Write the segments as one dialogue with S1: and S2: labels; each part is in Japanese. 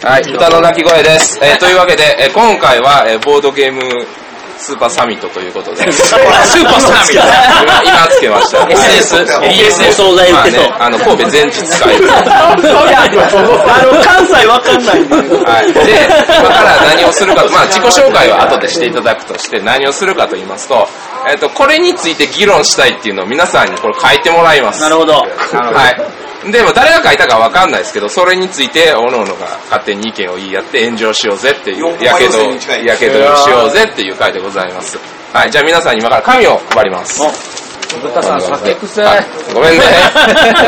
S1: はい、豚の鳴き声です。えーというわけで、えー今回は、えーボードゲームスーパーサミットということで。 スーパーサミット今つけました。
S2: SS
S1: BS
S2: お惣菜売ってそう
S1: まあね、あの、神戸前日会。
S2: あの、関西わかんないんだけど。
S1: はい。で、今から何をするか、まあ、自己紹介は後でしていただくとして、何をするかと言いますと、えっ、と、これについて議論したいっていうのを皆さんにこれ書いてもらいます。
S2: なるほど。
S1: はい。でも誰が書いたかわかんないですけど、それについて、おのおのが勝手に意見を言い合って炎上しようぜっていう、
S3: よっぽど
S1: やけど
S3: 要請に近、い
S1: やけどをしようぜっていう回でございます。はい、じゃあ皆さんに今から紙を配ります。
S4: 豚さん、酒癖。
S1: はいごめんね。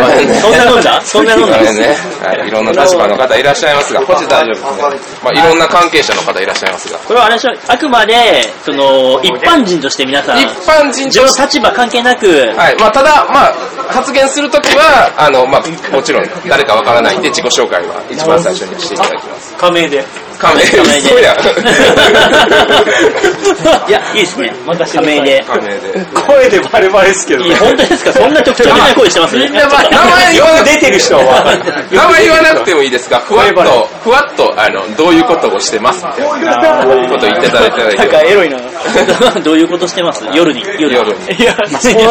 S1: ごめんね。
S2: そんな飲んだそんな飲んだ
S1: ごめんね。はい、いろんな立場の方いらっしゃいますが、こっち大丈夫ですね。まあ、いろんな関係者の方いらっしゃいますが。
S2: これはあれでしょあくまで、その、一般人として皆さん
S1: 一、般人
S2: 自分の立場関係なく、
S1: はい。まあ、ただ、まあ、発言するときは、あの、まあ、もちろん、誰かわからないんで、自己紹介は一番最初にしていただきます。
S2: 仮名で。
S1: 仮名
S2: 仮名で
S1: 嘘やん
S2: いや、いいですね。仮名で。
S1: 仮名 で。
S4: 声でバレバレですけど
S2: いや、本当ですかそんな特徴的な声してますね。
S1: 名前言わなく
S4: 出てる人はわかる
S1: 名前言わなくてもいいですかふわっ
S4: バレバ
S1: と、ふわっと、あの、どういうことをしてますみたいなこと言っていただいて
S4: なんかエロい な。
S2: どういうことしてます夜に。夜に。
S1: 夜
S2: いや、
S4: 主に。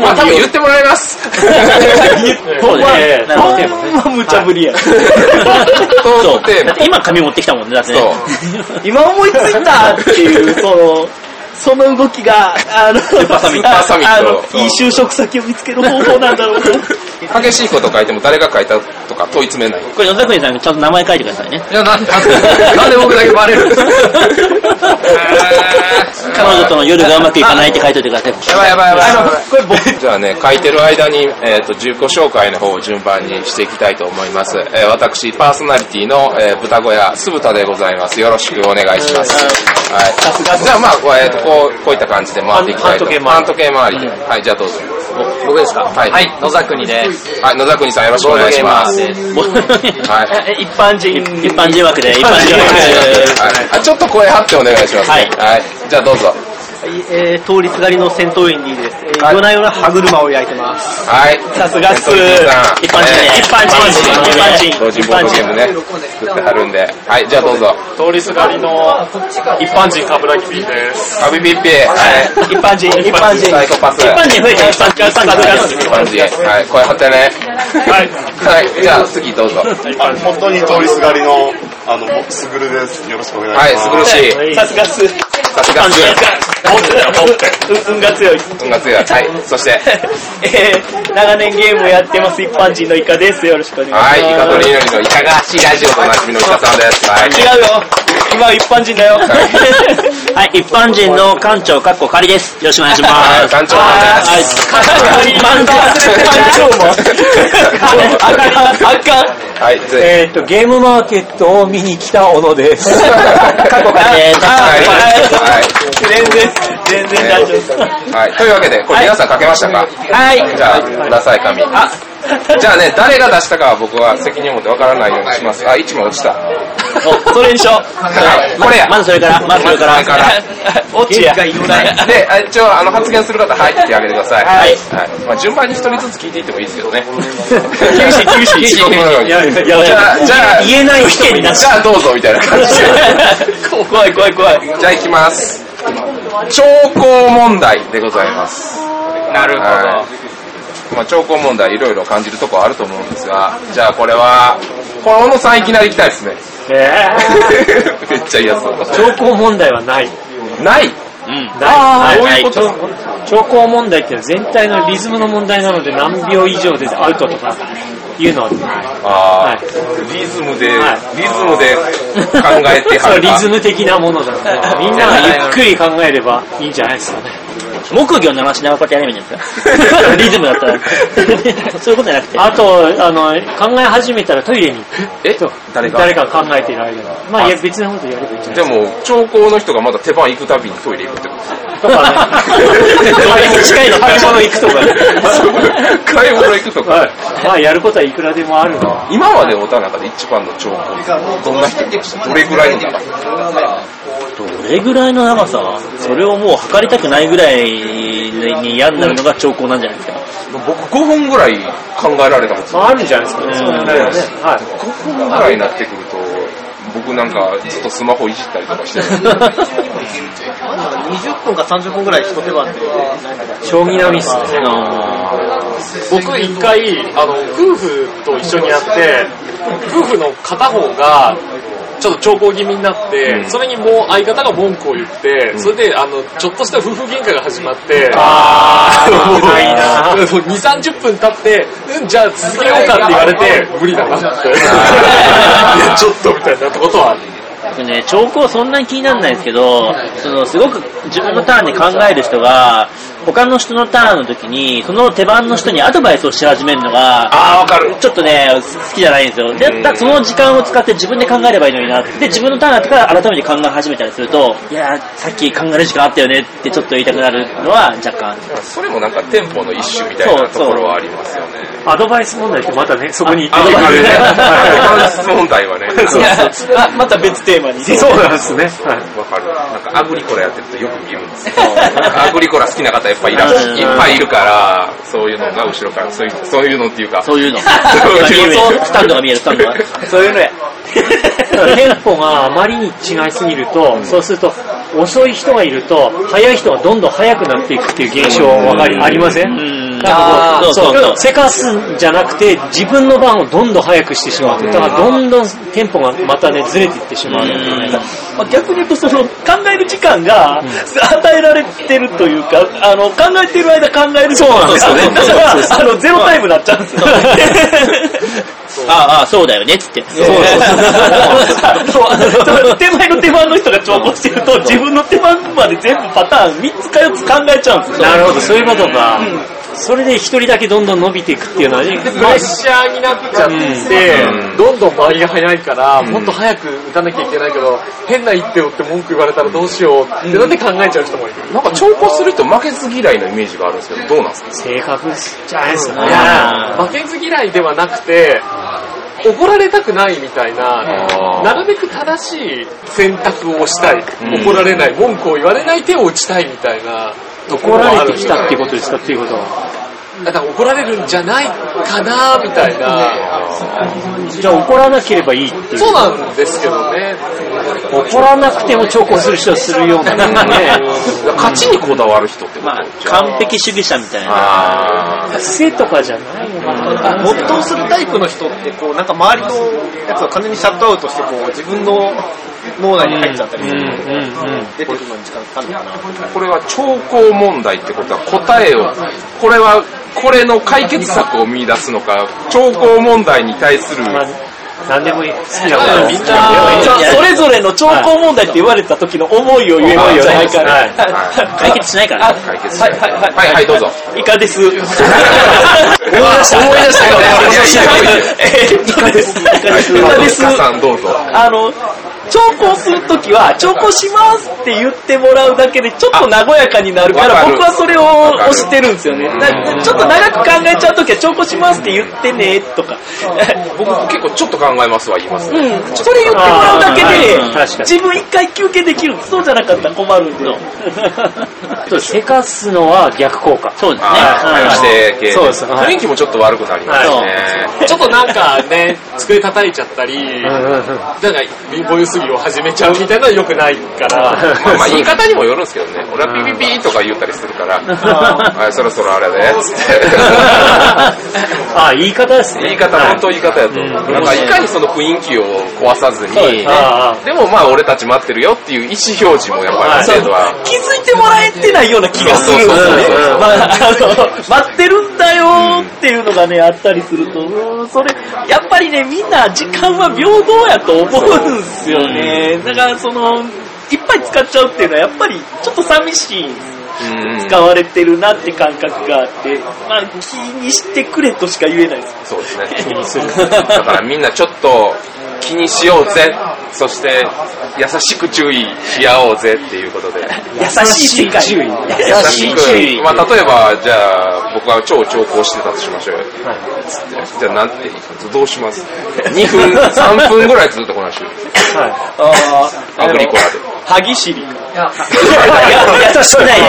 S1: まあ、多分言ってもらい ます。
S2: そうですね。
S4: ほん
S2: なるほど
S4: ま無茶ぶりや。
S2: そ
S1: トー
S2: う。
S1: クテーマ
S2: だって今紙持ってきたもんね、だってね。
S1: そう
S4: 今思いついたっていう、その、 その動きが、 あの、スー
S1: パーサミットスーパーサミット
S4: いい就職先を見つける方法なんだろ うと。
S1: 激しいこと書いても誰が書いたとか問い詰めない。
S2: これ野田国さん、ちゃんと名前書いてくださいね。
S1: いや、なんで、なんで僕だけバレるんですか
S2: 彼女との夜がうまくいかないって書いておいてください。
S1: やばいやばいやばいやばい。
S4: これ僕、
S1: じゃあね、書いてる間に、えっ、と、自己紹介の方を順番にしていきたいと思います。えー私、パーソナリティの、えー豚小屋、酢豚でございます。よろしくお願いします。はい。
S4: さすが
S1: じゃあまあ、こう、えーとこう、こういった感じで回っていきたいと。
S4: 半
S1: 時計回り。で。はい、じゃあどうぞ。
S5: 僕ですか
S1: はい
S5: はい、野沢国です。
S1: はい、野田国さんよろしくお願いします。はい。
S2: ボードゲーム
S1: はい。
S4: 一般人。
S2: 一般人枠で、一般人枠で。
S1: あ、ちょっと声張ってお願いします、ね。
S2: はい
S1: はい。じゃあどうぞ。
S4: えー、通りすがりの戦闘員にです。えー、夜な夜な歯車を焼いてます。
S1: はい。
S4: さすがっす
S2: 一般人で。
S1: ね
S2: 一般人
S1: 同時ボードゲームね、作ってはるんで。はい、じゃあどうぞ。
S4: 通りすがりの一般人カブラキピーです。
S1: カビビッピー。はい。
S4: 一般人、一般人。
S1: サイコパス。
S2: 一般人増えた、一般人。一般人。
S1: 一般人。はい、声張ってね。
S4: はい。
S1: はい、じゃあ次どうぞ。
S6: 本当に通りすがりの、あの、僕すぐるです。よろしくお願いしま
S1: は
S6: す。
S1: い、素晴らしい。
S4: さすがっす。
S1: さすが強 い。
S4: 運が強い。
S1: 運が強い。はい、そして、
S4: えー、長年ゲームをやってます一般人のイカです。よろしくお願いします。
S1: はい、イカとりのりのイカがしラジオでおなじみのイカさんです。はい。
S4: 違うよ。今は一般人だよ。
S2: はい、一般人の館長、かっこ仮です。よろしくお願いします。
S1: はい、団長さん
S2: はい、
S1: です。
S2: 一般人。
S4: あかん、あかん。
S1: はい、ぜ
S4: えっと、ゲームマーケットを見に来た小野です。
S1: ひ。
S4: 過去から。
S2: えー
S1: はい
S4: 全然、全然大丈夫です。
S1: はい、というわけで、これ皆さん書けましたかはい。じゃあ、ください、紙。じゃあね、誰が出したかは僕は責任を持ってわからないようにします。あ、1枚落ちた。
S2: おそれにしよう。
S1: はい、これや。
S2: まずそれから、まずそれから。
S4: 落ちや。
S1: はいで、あ一応、あの、発言する方、入ってきてあげてください。
S2: はい
S1: はい。まあ、順番に一人ずつ聞いていってもいいですけどね。
S2: 厳しい厳し い
S1: 厳しい。じゃ
S2: やばいやば
S1: あ、
S2: い
S1: じゃあ、
S2: 言えない人になっちゃ
S1: じゃあどうぞ、みたいな感じで。
S2: う。 怖い怖い怖い。
S1: じゃあ行きます。兆候問題でございます。なるほど。まあ、兆候問題いろいろ感じるとこあると思うんですが、じゃあこれは、これ小野さんいきなり行きたいですね。 めっちゃ嫌そう。
S4: 兆候問題はない。
S1: ない
S4: ない。
S1: どういうこと
S4: 兆候問題っていうのは全体のリズムの問題なので何秒以上でアウトとかいうのは
S1: あ
S4: は
S1: ーリズムで、リ
S4: はい
S1: ズムで考えては
S4: そう
S1: る
S4: リ
S1: か。
S4: ズム的なものだからみんながゆっくり考えればいいんじゃないですかね
S2: 木魚鳴らしながらこうやってやれば いいんじゃないですか。リズムだったら。そういうことじゃなくて。
S4: あとあの考え始めたらトイレに行
S1: え
S4: くと
S1: 誰か
S4: 誰かが考えている間にまあいや別のことやればいいんじゃない
S1: でも、兆候の人がまだ手番行くたびにトイレ行くってこと
S4: とかね
S2: 近いの
S4: 買い物行くとかね
S1: 買い物行くとか。
S4: はいまあやることはいくらでもあるの
S1: 今までおた中で一番の兆候どんな人どれぐらいの長さ
S2: どれぐらいの長さそれをもう測りたくないぐらいに嫌になるのが兆候なんじゃないですか。
S1: 僕5分ぐらい考えられたんですよ。
S4: まあ、あるんじゃないですかね。
S2: そうだね
S4: はい。
S1: 5分ぐらいになってくると、僕なんかずっとスマホいじったりとかしてる。
S3: 20分か30分ぐらい一手番で、
S4: 将棋並みっすね。
S3: 僕一回、あの、夫婦と一緒にやって、夫婦の片方が、ちょっと兆候気味になって、
S1: うん
S3: それにもう相方が文句を言って、それで、あの、ちょっとした夫婦喧嘩が始まって、
S4: あー、危ないな
S3: 2、30分経って、うん、じゃあ続けようかって言われて、無理だなって。 いや、ちょっとみたいなことはある。
S2: ね、兆候はそんなに気にならないですけど、そのすごく自分のターンで考える人が、他の人のターンの時に、その手番の人にアドバイスをし始めるのが、
S1: あー、わかる。
S2: ちょっとね、好きじゃないんですよ。で、だからその時間を使って自分で考えればいいのになって。で、自分のターンになってから改めて考え始めたりすると、いやー、さっき考える時間あったよねってちょっと言いたくなるのは若干。
S1: それもなんかテンポの一種みたいなところはありますよね。
S4: アドバイス問題ってまたね、 そこに行
S1: あ
S4: っ
S1: の
S4: て
S1: ね、
S4: くるね。
S1: はい質問題はね、
S2: あ、また別テーマに。
S4: そうなんですね。はい
S1: わかる。なんかアグリコラやってるとよく見るんですよ。アグリコラ好きな方やっぱいらっしゃ
S2: うん
S1: いっぱいいるから、そういうのが後ろから、そういうそういうのっていうか、
S2: そういうの。
S1: そういうの
S2: スタンドが見える、スタンドが。そういうのや。
S4: テンポがあまりに違いすぎると、そうすると、遅い人がいると、速い人がどんどん速くなっていくっていう現象わかり、ありません
S2: うん
S4: なんかこ
S2: あーそうそう
S4: せかすんじゃなくて、自分の番をどんどん速くしてしまう。だから、どんどんテンポがまたね、ずれていってしまうのでね。
S7: まあ、逆に言うとその考える時間が与えられてるというか、あの考えてる間考えるそうなんですよねだからあのゼロタイムになっちゃうんですよ
S2: ああ、そうだよね、つって。そう
S7: そうそうそう手前の手番の人が調合してると自分の手番まで全部パターン3つか4つ考えちゃうんですよ
S4: なるほど、そういうことか。それで一人だけどんどん伸びていくっていうのはね、
S3: でプレッシャーになっちゃって、
S1: うん
S3: どんどん周りが早いから、
S1: ん
S3: もっと早く打たなきゃいけないけど、変な一手をって文句言われたらどうしようってなって考えちゃう人もいる。
S1: なんか調校する人負けず嫌いのイメージがあるんですけど、どうなんですか
S4: 性格じゃないですか
S3: い
S4: ね。
S3: や負けず嫌いではなくて、怒られたくないみたいな、なるべく正しい選択をしたい
S1: うん。
S3: 怒られない、文句を言われない手を打ちたいみたいなと
S4: 怒
S3: ころも
S4: ら
S3: あ
S4: れて
S3: るん
S4: き
S3: じ
S4: た
S3: ゃな
S4: っ
S3: い
S4: ていうことですかっていうことは。
S3: だから怒られるんじゃないかなみたいな。
S4: じゃあ怒らなければいいっていう。
S3: そうなんですけどね。
S4: 怒らなくても調校する人はするようなね。
S1: 勝ちにこだわる人ってこと
S2: まあ、完璧主義者みたいな。
S1: あー
S4: 癖とかじゃないのかな。
S7: 没頭するタイプの人ってこうなんか周りのやつを完全にシャットアウトしてこう自分の脳内に入っちゃったりする
S4: うんうん。
S7: 出てくるのに時間かかるのかな
S1: これは調校問題ってことは答えを、これは、これの解決策を見出すのか、調校問題に対する、
S4: まあ、何でもいい。好きなこ
S3: まあ
S4: と
S3: みんな
S7: じゃあそれぞれの兆候問題って言われた時の思いを言えばいいじゃないかな
S2: 解決しないから。
S1: 解決
S7: はいはいはい
S1: はいはいどうぞ
S7: イカです。思い出した
S1: 思い出したよね
S7: イカです。イカです。イ
S1: ま
S7: カ
S1: あ
S7: で
S1: ル
S7: す
S1: カ。さんどうぞ。
S7: あの、調校するときは、調校しますって言ってもらうだけで、ちょっと和やかになるか、
S1: わからる
S7: 僕はそれを推してるんですよね。だちょっと長く考えちゃうときは、調校しますって言ってね、とか。
S1: 僕結構ちょっと考えますわ言います
S7: う
S1: ね。
S7: ん、それ言ってもらうだけ
S4: あーうん確か
S7: で、
S4: に
S7: 自分一回休憩できる。そうじゃなかったら困るんで。
S4: と、せかすのは逆効果。
S2: そうですね。
S1: ああ、会話 して系
S4: そうですはい
S1: 雰囲気もちょっと悪くなりますね。
S3: ちょっとなんかね、机叩いちゃったり、
S4: うんうんうん。
S3: なんか、貧乏ゆすぎを始めちゃうみたいなのは良くないから。
S1: まあまあ言い方にもよるんですけどね。俺はピピピーとか言ったりするから、はい、そろそろあれね、つって。
S4: あ、言い方ですね。
S1: 言い方、本当言い方やと。
S4: うん
S1: なんかいかにその雰囲気を壊さずに、
S4: あ
S1: でもまあ俺たち待ってるよっていう意思表示もやっぱりある程度は。
S7: 気づいてもらえてないような気がするんですよね
S1: そうそうそうそう。
S7: まああの待ってるんだよーっていうのがね、あったりすると、うーんそれ、やっぱりね、みんな時間は平等やと思うんですよね。だから、その、いっぱい使っちゃうっていうのは、やっぱりちょっと寂しいんです。
S1: うん
S7: 使われてるなって感覚があって、まあ、気にしてくれとしか言えないです。
S1: そうですね。だからみんなちょっと気にしようぜ。そして優しく注意し合おうぜっていうことで。
S7: 優しい世界。
S4: 注意
S1: 優
S7: 優
S1: し
S7: しい
S1: く
S7: 注意。
S1: まあ、例えば、じゃあ、僕は超長考してたとしましょうよ。つってじゃあ、なんて、どうします ?2 分、3分ぐらいずっとこの話。
S4: あ、は
S7: あー
S1: アグリコラで。
S7: 歯ぎしり。
S2: 優しくない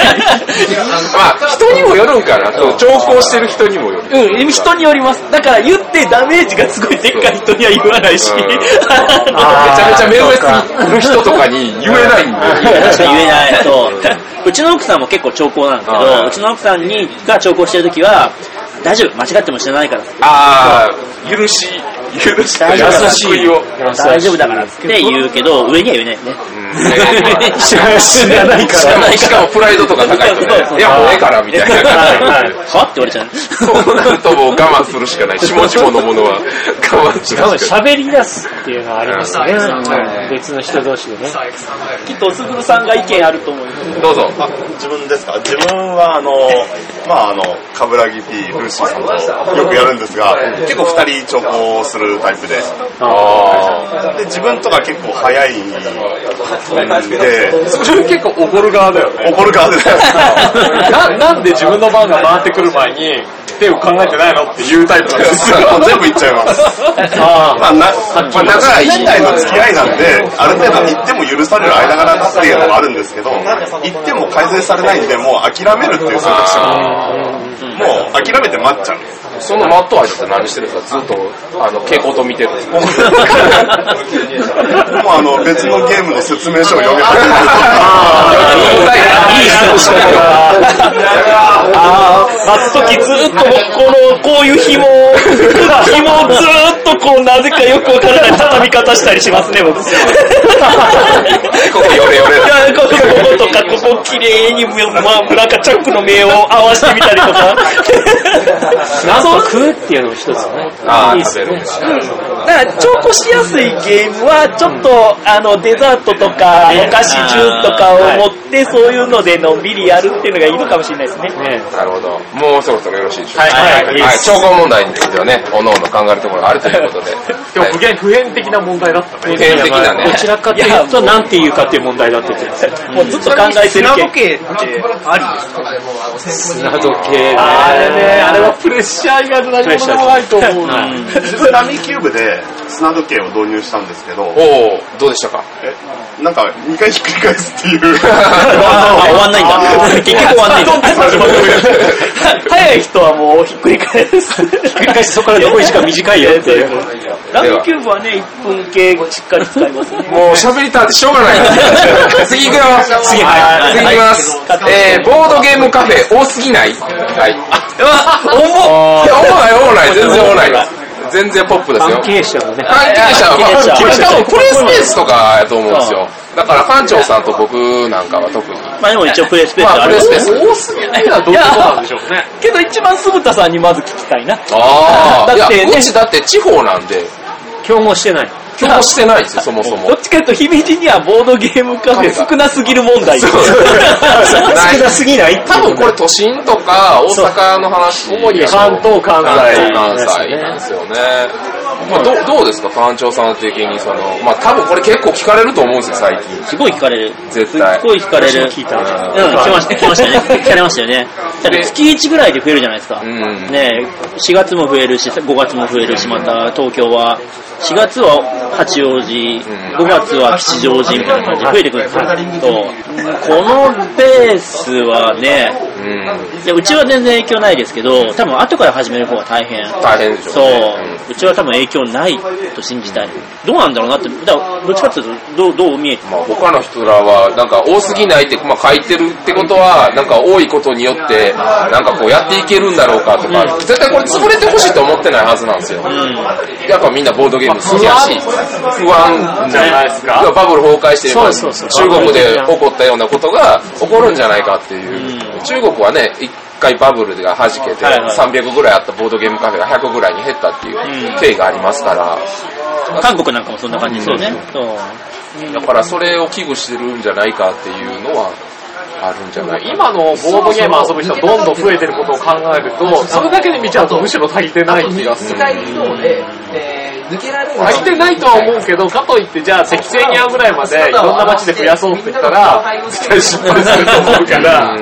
S1: まあ、人にもよるんかな。そう、調校してる人にもよる。
S7: うん、人によります。だから言ってダメージがすごいでっかい人には言わないし
S1: うん。めちゃ
S7: あ
S1: めちゃ目上する人とかに言えないんで。
S2: 確かに言えないと。うちの奥さんも結構長考なんですけ
S1: は
S2: ど、
S1: いう
S2: ちの奥さんにが長考してるときは、大丈夫、間違っても知らないから。
S1: ああ、許し、許し
S2: 大丈夫
S1: 優しいを。
S2: 大丈夫だからって言うけど、上には言えないよね。
S1: うん
S2: 知らない
S1: しかも しかもプライドとか高いと
S2: そうそうそ
S1: ね、
S2: う
S1: いや、もうええからみたいな感じ
S2: はい
S1: で。
S2: はって言われちゃう。
S1: そうなるともう我慢するしかない。下々のものは 我慢する
S4: 多分
S1: しかない。
S4: 喋り出すっていうのはありますね。別の人同士でね。
S7: ーきっと、すぐるさんが意見あると思うよ。
S1: どうぞ。
S6: あ自分ですか自分はあの、まああの、カブラギ P、ルーシーさんとよくやるんですが、結構二人調校するタイプで、で、自分とか結構早いんで、
S3: それ結構怒る側だ よね。
S6: 怒る側ですから
S3: ななんで自分の番が回ってくる前に、手を考えてないのっていうタイプなんですよ。
S6: 全部言っちゃいます。まあ、な、まあ、長い年代の付き合いなんで、ある程度言っても許される間柄っていうのもあるんですけど、言っても改善されないんで、もう諦めるっていう選択肢も、もう諦めて待っちゃうんです。
S1: そのマットアイって何してるんですかずっと、あの、蛍光灯見てるんです か
S6: もうあの、別のゲームの説明書を読めばいい。
S1: いい質問
S7: ああ、待つときずっと、この、こういう紐を、紐をずーっとこう、なぜかよくわからない畳み方したりしますね、僕。
S1: ここよれよれ
S7: いやここことか、ここ綺麗に、まあ、なんかチャックの目を合わせてみたり とか。
S4: なんと食うっていうのも一つね。
S1: ああ、食べるんですね
S7: だから、調子しやすいゲームは、ちょっと、あの、デザートとか、お菓子ジュースとかを持って、そういうのでのんびりやるっていうのがいいのかもしれないですね。
S4: ね
S1: なるほど。もうそろそろよろしいでしょうか。
S7: はい
S1: はい。はい。調校問題についてはね、おのおの考えるところがあるということで。
S3: 今
S1: はい
S3: 日普遍、普遍的な問題だったね。
S1: 普遍的なね
S4: どちらかというと、なんて言うかっていう問題だって言ってます
S7: もうずっと考えてるけど。
S5: 計ってありですか
S4: 砂時計ね。
S3: あれね、あ れはプレッシャー以外の何もないと思うな。
S6: 自分ラミーキューブで砂時計を導入したんですけど、
S1: おおどうでしたか
S6: えなんか2回ひっくり返すっていう。
S7: あ終わんないんだ。結局終わんないんだ。早い人はもうひっくり返す。ひっくり返す。そこから残り時間短いよって いう。ラムキューブはね、1分計しっかり使いますね。
S1: もう喋りたってしょうがない。次行くよ。次、はい。次行きます。えー、ボードゲームカフェ多すぎないはい。
S7: うわ、重っ
S1: いや、おもない、おもない。全然おもないです。全然ポップですよ
S4: 関。係者もね。
S1: 関係者は、ま
S7: 関係
S1: あ、
S7: 者
S1: これ多分プレイスペースとかやと思うんですよ。だから、館長さんと僕なんかは特に。
S2: まあでも一応プレイスペース
S1: ま
S2: あ
S1: あ、プ
S2: る
S1: レイ。スペース。多すぎないな、ど
S7: いや
S3: でしょうね。
S7: けど一番酢豚さんにまず聞きたいな。
S1: ああ、い
S7: だ
S1: や、
S7: ってね
S1: うちだって地方なんで、
S4: 競合してない。
S1: 競合してないですよ、そもそ
S7: ど
S1: も
S7: っ。ちかというと、姫路にはボードゲームカフェ少なすぎる問題。
S1: ない
S4: すぎない
S1: 多分これ都心とか大阪の話、主に
S4: 関東、関西。
S1: 関西なんですよね。まあ、どうどうですか、館長さん的に、その、まあ、多分これ結構聞かれると思うんですよ、最近。
S2: すごい聞かれる。
S1: 絶
S2: す
S1: 対。
S2: ごい聞かれる。
S4: 聞いた
S2: うん、来ました、来ま したね。聞かれましたよね。だって月1ぐらいで増えるじゃないですか。
S1: ん
S2: ね4月も増えるし、5月も増えるし、また東京は、4月は八王子、
S1: ん
S2: 5月は吉祥寺みたいな感じで増えてくるんですよ。そうこのペースはね、
S1: うん。
S2: いやうちは全然影響ないですけど、多分後から始める方が大変。
S1: 大変でしょ
S2: そうう
S1: ね。、
S2: うちは多分影響ないと信じたい。どうなんだろうなって、だからどっちかっていうと、どう、どう見えて
S1: うんまあ、他の人らは、なんか多すぎないって、まあ、書いてるってことは、なんか多いことによって、なんかこうやっていけるんだろうかとか、絶対これ潰れてほしいと思ってないはずなんですよ。やっぱみんなボードゲーム好きやし、不安じゃないですか。バブル崩壊して、
S4: そうそうそう
S1: 中国で起こったようなことが起こるんじゃないかっていう。中国はね、一回バブルが弾けて、
S2: はいはい
S1: 300ぐらいあったボードゲームカフェが100ぐらいに減ったっていう経緯がありますから、
S2: 韓国なんかもそんな感じですよね。そう。
S1: だからそれを危惧してるんじゃないかっていうのはあるんじゃないかな。
S3: 今のボードゲーム遊ぶ人はどんどん増えてることを考えると、それだけで見ちゃうとむしろ足りてない気がする。足りてないとは思うけど、かといってじゃあ適正に合うぐらいまでいろんな街で増やそうって言ったら、絶対失敗すると思うから、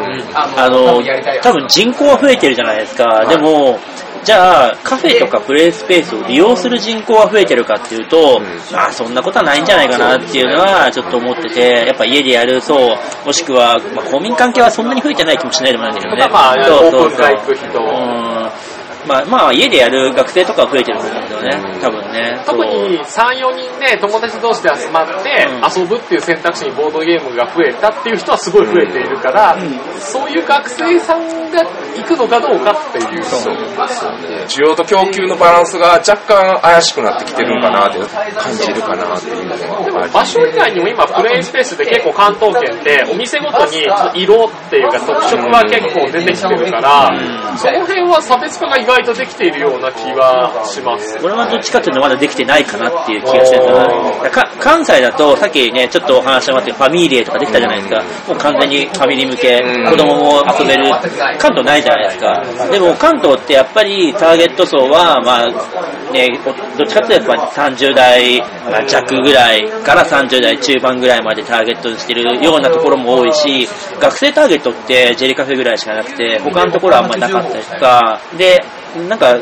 S2: あの、多分人口は増えてるじゃないですか。でも、じゃあ、カフェとかプレイスペースを利用する人口が増えてるかっていうと、
S1: うん
S2: まあそんなことはないんじゃないかなっていうのはちょっと思ってて、やっぱ家でやるそう、もしくは、まあ公民関係はそんなに増えてない気もしないでもないんだけどね。
S3: まあ、
S2: そう
S3: オ
S2: そ
S3: ー
S2: う
S3: プン
S2: そう
S3: 会行く人、
S2: うんまあ、まあ、家でやる学生とかは増えてると思うんだよね、多分ね。
S3: 特に3、4人で友達同士で集まって
S2: う
S3: 遊ぶっていう選択肢にボードゲームが増えたっていう人はすごい増えているから、そういう学生さんが行くのかどうかっていう。
S1: そうですよね需要と供給のバランスが若干怪しくなってきてるんかなって感じるかなっていうの
S3: で
S1: はあ
S3: も
S1: り
S3: 場所以外にも今プレイスペースで結構関東圏ってお店ごとにちょっと色っていうか特色は結構出てきてるから、その辺は差別化が意外とできているような気がします。
S2: 俺はどっちかっていうとまだできてないかなっていう気がしてるんだなか関西だと、さっきね、ちょっとお話しましたけど、ファミリーデーとかできたじゃないですか。もう完全にファミリー向け
S1: うん、
S2: 子供も遊べる。関東ないじゃないですか。でも関東ってやっぱりターゲット層は、まあ、ね、どっちかっていうとやっぱ30代弱ぐらいから30代中盤ぐらいまでターゲットにしてるようなところも多いし、学生ターゲットってジェリカフェぐらいしかなくて、他のところはあんまりなかったりとか、で、なんか、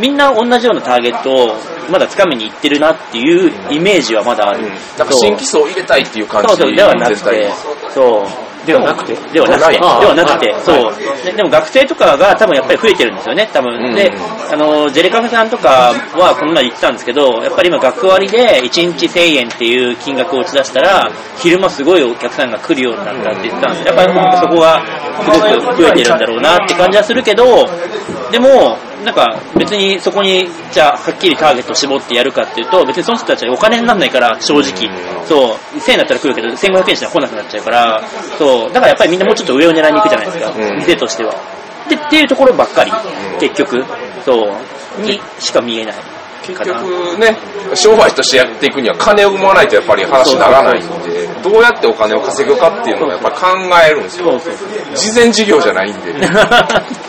S2: みんな同じようなターゲットをまだ掴みに行ってるなっていうイメージはまだある。
S1: うんなんか新規層を入れたいっていう感じ
S2: そうそうではなく
S1: 全体
S2: て
S1: に、
S2: そう。ではなくてではなく
S1: な
S2: て、
S1: い
S2: ではなくて、そう。ででも学生とかが多分やっぱり増えてるんですよね、多
S1: う
S2: 分。
S1: ん
S2: で、あの、ジェレカフェさんとかはこの前言ってたんですけど、やっぱり今学割で1日1000円っていう金額を打ち出したら、昼間すごいお客さんが来るようになったって言ってたんですよやっぱりそこがすごく増えてるんだろうなって感じはするけど、でも、なんか別にそこに、じゃあはっきりターゲットを絞ってやるかっていうと、別にその人たちはお金にならないから、正直。そう、1000円だったら来るけど、1500円しか来なくなっちゃうから、そう、だからやっぱりみんなもうちょっと上を狙いに行くじゃないですか、
S1: うん
S2: 店としては。で、っていうところばっかり、結局、そう、にしか見えない。
S1: 結局ね、商売としてやっていくには金を生まないとやっぱり話にならないんで、どうやってお金を稼ぐかっていうのをやっぱり考えるんですよ。事前事業じゃないんで。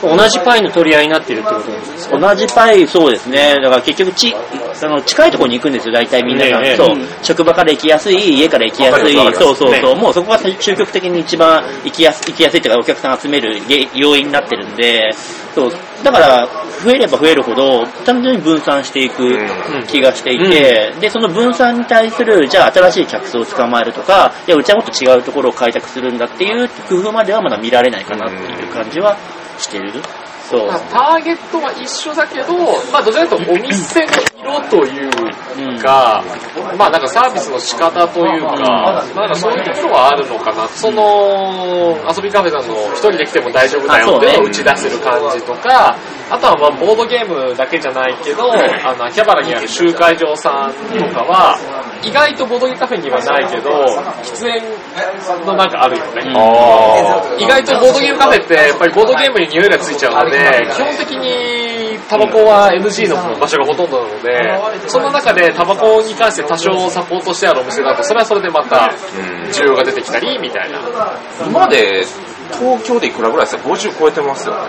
S4: 同じパイの取り合いになってるってことですね
S2: 同じパイ、そうですね。だから結局ち、あの、近いところに行くんですよ、大体みんなが。
S4: ねえねえ
S2: そう、職場から行きやすい、家から行きやすい
S1: わか、る
S2: そうそう
S4: わか
S2: そう、もうそこが究極的に一番行きやす行きやすいというか、お客さん集めるげ要因になってるんで、そう、だから、増えれば増えるほど、単純に分散していく
S1: ん
S2: 気がしていて、で、その分散に対する、じゃあ新しい客層を捕まえるとか、いや、うちはもっと違うところを開拓するんだっていう工夫まではまだ見られないかなっていう感じはしてる。そう。
S3: ターゲットは一緒だけど、まあ、どちらかというとお店の色というか、まあ、なんかサービスの仕方というか、まあ、なんかそういうところはあるのかな。その、遊びカフェさんの一人で来ても大丈夫だよっていうのを打ち出せる感じとか、あとはまあ、ボードゲームだけじゃないけど、あの、秋葉原にある集会場さんとかは、意外とボードゲームカフェにはないけど、喫煙のなんかあるよね。意外とボードゲームカフェって、やっぱりボードゲームに匂いがついちゃうので、基本的にタバコは NG の場所がほとんどなので、その中でタバコに関して多少サポートしてあるお店だと、それはそれでまた需要が出てきたり、みたいな。
S1: 今まで東京でいくらぐらいですか ?50 超えてますよね。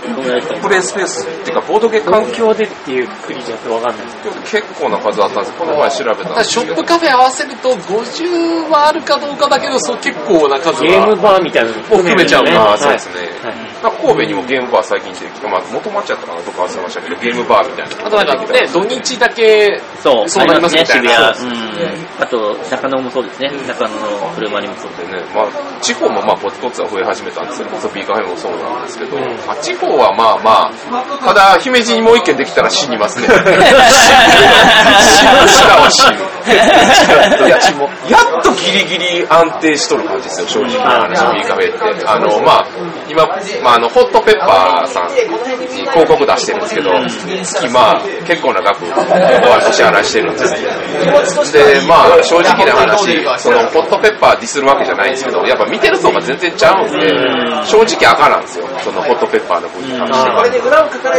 S1: プレイスペースっていうか、ボードゲーム環
S4: 東
S1: 境
S4: 京でっていうくくりじゃわかんないです
S1: 結構な数あったんですこの前調べたん
S3: た
S1: で
S3: だ
S1: す
S3: シ
S1: け
S3: ョッ
S1: ど
S3: プ。カフェ合わせると50はあるかどうかだけど、そう結構な数
S4: ゲーム
S3: は。
S4: バーみたいなのも
S3: 含めちゃう
S1: ああ、そう
S4: は
S1: で
S4: い
S1: すね。
S4: はい
S1: なんか神戸にもゲームバー最近できて、まあ、元町やったかなとか忘れましたけど、ゲームバーみたいな。
S3: あとなんかね、土日だけ、
S2: そう、
S3: そう
S2: あり
S3: なり
S2: ま
S3: ますす
S2: ね、
S3: みた
S2: 渋
S3: い
S2: 谷。
S3: な
S2: うん。あと、中野もそうですね。中野の車にもそう。
S1: でね、まあ、地方もまあ、ポツポツは増え始めたんですよ。そう、ビーカフェもそうなんですけど、まあ、地方はまあまあ、ただ、姫路にもう一軒できたら死に ますね。死ぬ、死ぬは死ぬ。いや、やっとギリギリ安定しとる感じですよ、正直な話、ビーカフェって。あの、まあ、今、まあ、あの、ホットペッパーさんに広告出してるんですけど、月、まあ、結構な額、お支払いしてるんですけで、まあ、正直な話、その、ホットペッパーディスるわけじゃないんですけど、やっぱ見てる層が全然ちゃうんで、正直赤なんですよ、そのホットペッパーの分に関しては。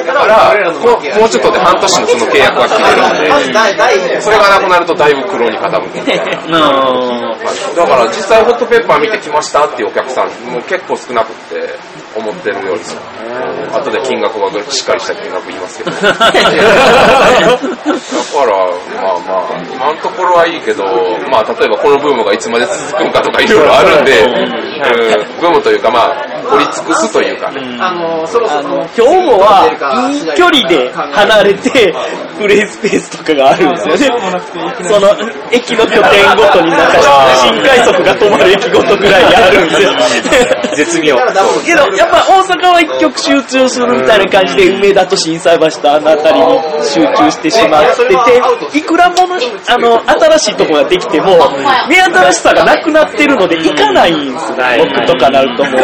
S1: だから、こもうちょっとで半年のその契約が切れるんで、それがなくなるとだいぶ黒に傾くみたいな。
S2: あ
S1: だから実際ホットペッパー見てきましたっていうお客さんもう結構少なくって思ってるよりも後で金額はしっかりした金額言いますけどだからまあまあ今のところろはいいけど、まあ、例えばこのブームがいつまで続くのかとかいろいろあるんで、うん、ブームというか、まあ、掘り尽くすというかね。
S8: あの、そろそ
S7: あ
S8: ろ
S7: の、今日もは、いい距離で離れて、プレイスペースとかがあるんですよね。その、駅の拠点ごとになんか、新快速が止まる駅ごとぐらいあるんです よ。絶妙。けど、やっぱ大阪は一極集中するみたいな感じで、梅田と心斎橋とあの辺りに集中してしまってて、いくらもの、あの、新しいとこができても、目新しさがなくなってるので、行かないんですよ。僕とかなるともう、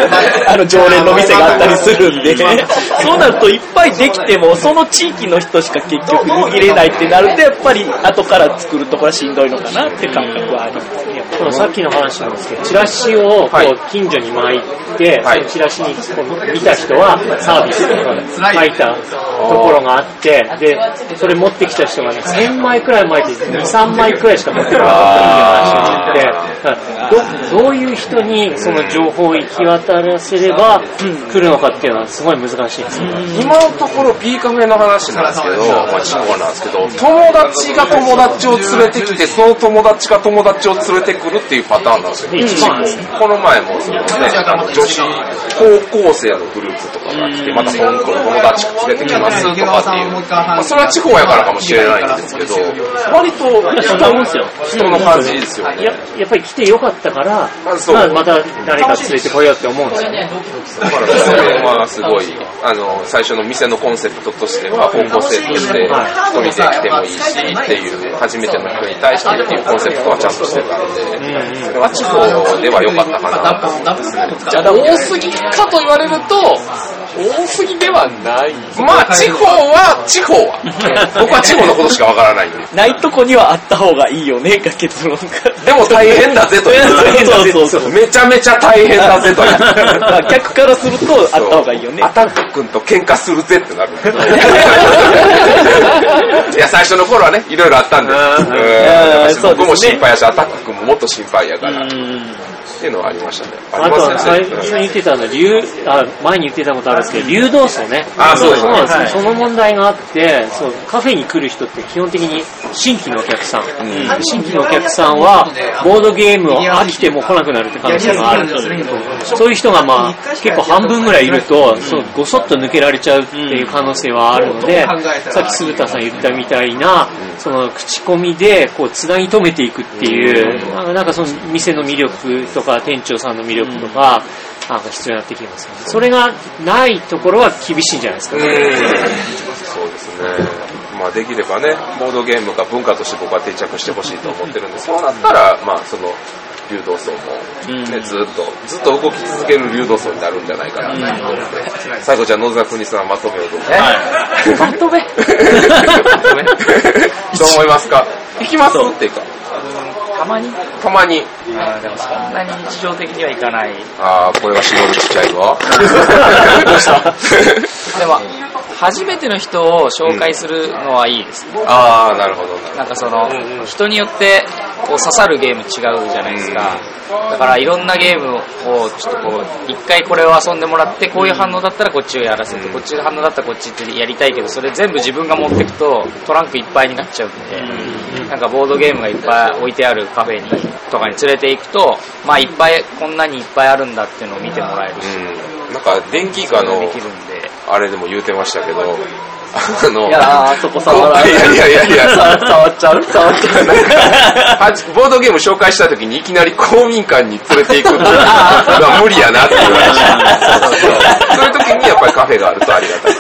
S7: あの、常連の店があったりするんで、 そうなるといっぱいできても、その地域の人しか結局握れないってなると、やっぱり後から作るところはしんどいのかなって感覚はありますね。
S2: このさっきの話なんですけど、チラシをこ
S1: はいう
S2: 近所に巻いて、
S1: はい
S2: そのチラシにこう見た人はサービスとか書いたところがあって、で、それ持ってきた人がね、1000枚くらい巻いて、2、3枚くらいしか持ってなかったっていう話を聞いて、どどういう人にその情報を行き渡らせれば来るのかっていうのはすごい難しいですよね。
S1: 今のところ P カフェの話なんですけど、まあ、地方なんですけど、友達が友達を連れてきて、その友達が友達を連れてくるっていうパターンなんですよ。この前もそのね、あの女子高校生のグループとかが来て、また本当の友達連れてきますとかっていう、まあ、それは地方やからかもしれないんですけど、割と
S2: 伝うんですよ。
S1: 人の感じですよね。
S2: ややっぱり来てよかったから、
S1: まあそう
S2: まあ、また誰か連れてこようって思うんですよね。
S1: だからそれはすごい、あの、最初の店のコンセプトとしては、高校生として、一人で来てもいいし、っていう、初めての人に対してっていうコンセプトはちゃんとしてたので、それは地方では良かったかなと思いますね。
S3: じゃあ多すぎかと言われると、多すぎではない。
S1: まあ、地方は、地方は。僕は地方のことしかわからないんで。
S7: ないとこにはあった方がいいよね、が結論が。
S1: でも大変だぜという。
S7: そうそうそう。
S1: めちゃめちゃ大変だぜという。
S7: まあ客からするとあった方がいいよね
S1: ア。タック君と喧嘩するぜってなる。いや、最初の頃はね、いろいろあったんでうん
S7: うん
S1: 私。
S7: そうですね
S1: 僕も心配やし、アタック君ももっと心配やから。っていうのはありましたね。あ
S2: あ
S1: り
S2: と
S1: ま
S2: は
S1: すよ
S2: 最
S1: ね。
S2: 初に言ってたのは、流、あ、前に言ってたことあるんですけど、流動層ね。
S1: あそうですね
S2: ま
S1: はい
S2: その問題があって、そう、カフェに来る人って基本的に新規のお客さん。
S1: ん
S2: 新規のお客さんは、ボードゲームを飽きても来なくなるって可能性がある。そういう人がまあ、結構半分ぐらいいると、そう、ごそっと抜けられちゃうっていう可能性はあるので、さっき鈴田さん言ったみたいな、その、口コミで、こう、つなぎ止めていくっていう、まあなんかその、店の魅力とか、店長さんの魅力とか、なんか必要になってきますよね。それがないところは厳しいんじゃないですか
S1: うん
S2: ね。
S1: そうですね。まあできればね、ボードゲームが文化として僕は定着してほしいと思ってるんで、そうなったら、まあその、流動層も、ね、ずっと、ずっと動き続ける流動層になるんじゃないかなと思うので、最後じゃあ野沢国さんまとめをどうぞ。
S2: まとめ。
S1: どう思いますか行きますっていうか、
S9: たまに、
S1: たまに、
S9: あーでもそんなに日常的にはいかない。
S1: あー、これは絞るちっちゃいわ。
S9: どうしたでも、初めての人を紹介するのはいいですね。
S1: あー、なるほど、なるほ
S9: なんかその、人によってこう刺さるゲーム違うじゃないですか。だからいろんなゲームをちょっとこう、一回これを遊んでもらって、こういう反応だったらこっちをやらせて、こっちの反応だったらこっちってやりたいけど、それ全部自分が持ってくとトランクいっぱいになっちゃうんで、なんかボードゲームがいっぱい置いてあるカフェにとかに連れて行くと、まあいっぱい、こんなにいっぱいあるんだっていうのを見てもらえるし、
S1: ど。うん。なんか、電気以下の
S9: で、きるんで。
S1: あれでも言うてましたけど、あの、
S9: いやー、そこ触ら
S1: いやいやいやいや
S9: 触っちゃう触っちゃう。
S1: はじボードゲーム紹介した時にいきなり 公民館に連れて行くっていうのは無理やなって言わ れました。そういう時にやっぱりカフェがあるとありがたい。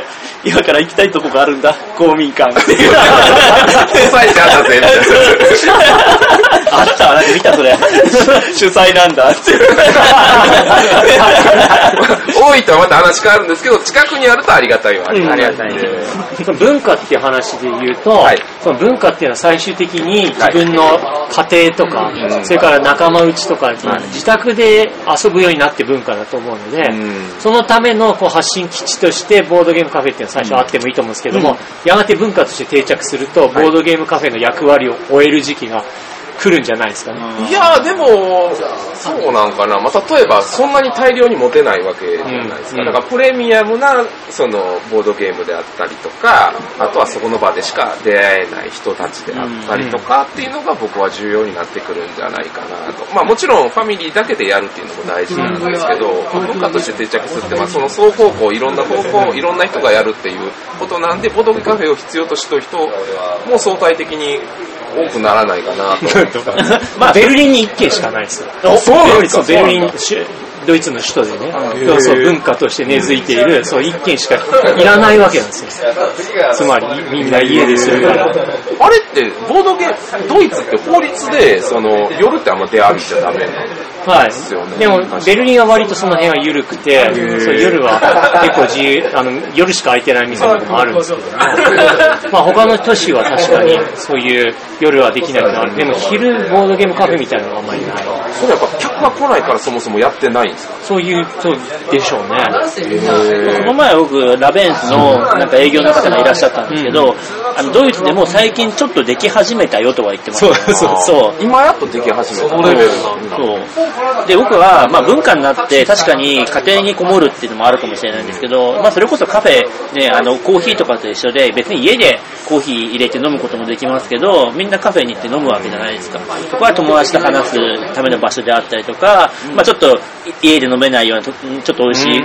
S7: 今から行きたいとこがあるんだ、公民 館っていう。
S1: 抑えてあったぜ、みたいな。
S7: あった、なんか見たそれ。 主催なん だって。
S1: 大分は また話変わるんですけど、近くにあるとありがたいわ。ありがたいんで。
S2: その文化っていう話で言うと、
S1: はい
S2: その文化っていうのは最終的に自分の家庭とか、それから仲間内とか、自宅で遊ぶようになって文化だと思うので、
S1: うん
S2: そのためのこう発信基地としてボードゲームカフェっていうのは最初あってもいいと思うんですけども、やがて文化として定着すると、ボードゲームカフェの役割を終える時期が
S4: 来るんじゃないですかね。
S1: いやーでも、そうなんかな、まあ、例えばそんなに大量に持てないわけじゃないですか、
S4: うん
S1: だからプレミアムなそのボードゲームであったりとか、あとはそこの場でしか出会えない人たちであったりとかっていうのが僕は重要になってくるんじゃないかなと、まあ、もちろんファミリーだけでやるっていうのも大事なんですけど、まあ文化として定着するって、まあ、その双方向、いろんな方向、いろんな人がやるっていうことなんで、ボードゲカフェを必要としてる人も相対的に多くならないかなと。
S4: まあ、ベルリンに1軒しかないですよ。そうなんですかベルリン、しゅドイツの首都でね、そうそう文化として根付いている、そう、1軒しかいらないわけなんですよ。つまり、みんな家でするから。
S1: あれって、ボードゲーム、ドイツって法律で、その、夜ってあんま出歩いちゃダメなの。すよ
S4: は
S1: ね
S4: い。でも、ベルリンは割とその辺は緩くて、そう夜は結構自由、あの、夜しか空いてない店とかもあるんですけどね。まあ他の都市は確かにそういう夜はできないのがある。でも昼ボードゲームカフェみたいなのがあんまりない。
S1: それやっぱ客が来ないからそもそもやってないんですか
S4: そういう、そうでしょうね。
S2: この前僕、ラベンスのなんか営業の方がいらっしゃったんですけど、あのドイツでも最近ちょっとでき始めたよとは言ってました、
S4: そうそう
S2: そう
S1: 今やっとでき始めた。
S2: そう。で、僕は、まあ文化になって、確かに家庭にこもるっていうのもあるかもしれないんですけど、まあそれこそカフェ、ね、あの、コーヒーとかと一緒で、別に家でコーヒー入れて飲むこともできますけど、みんなカフェに行って飲むわけじゃないですか。そこは友達と話すための場所であったりとか、まあちょっと家で飲めないようなと、ちょっと美味しい、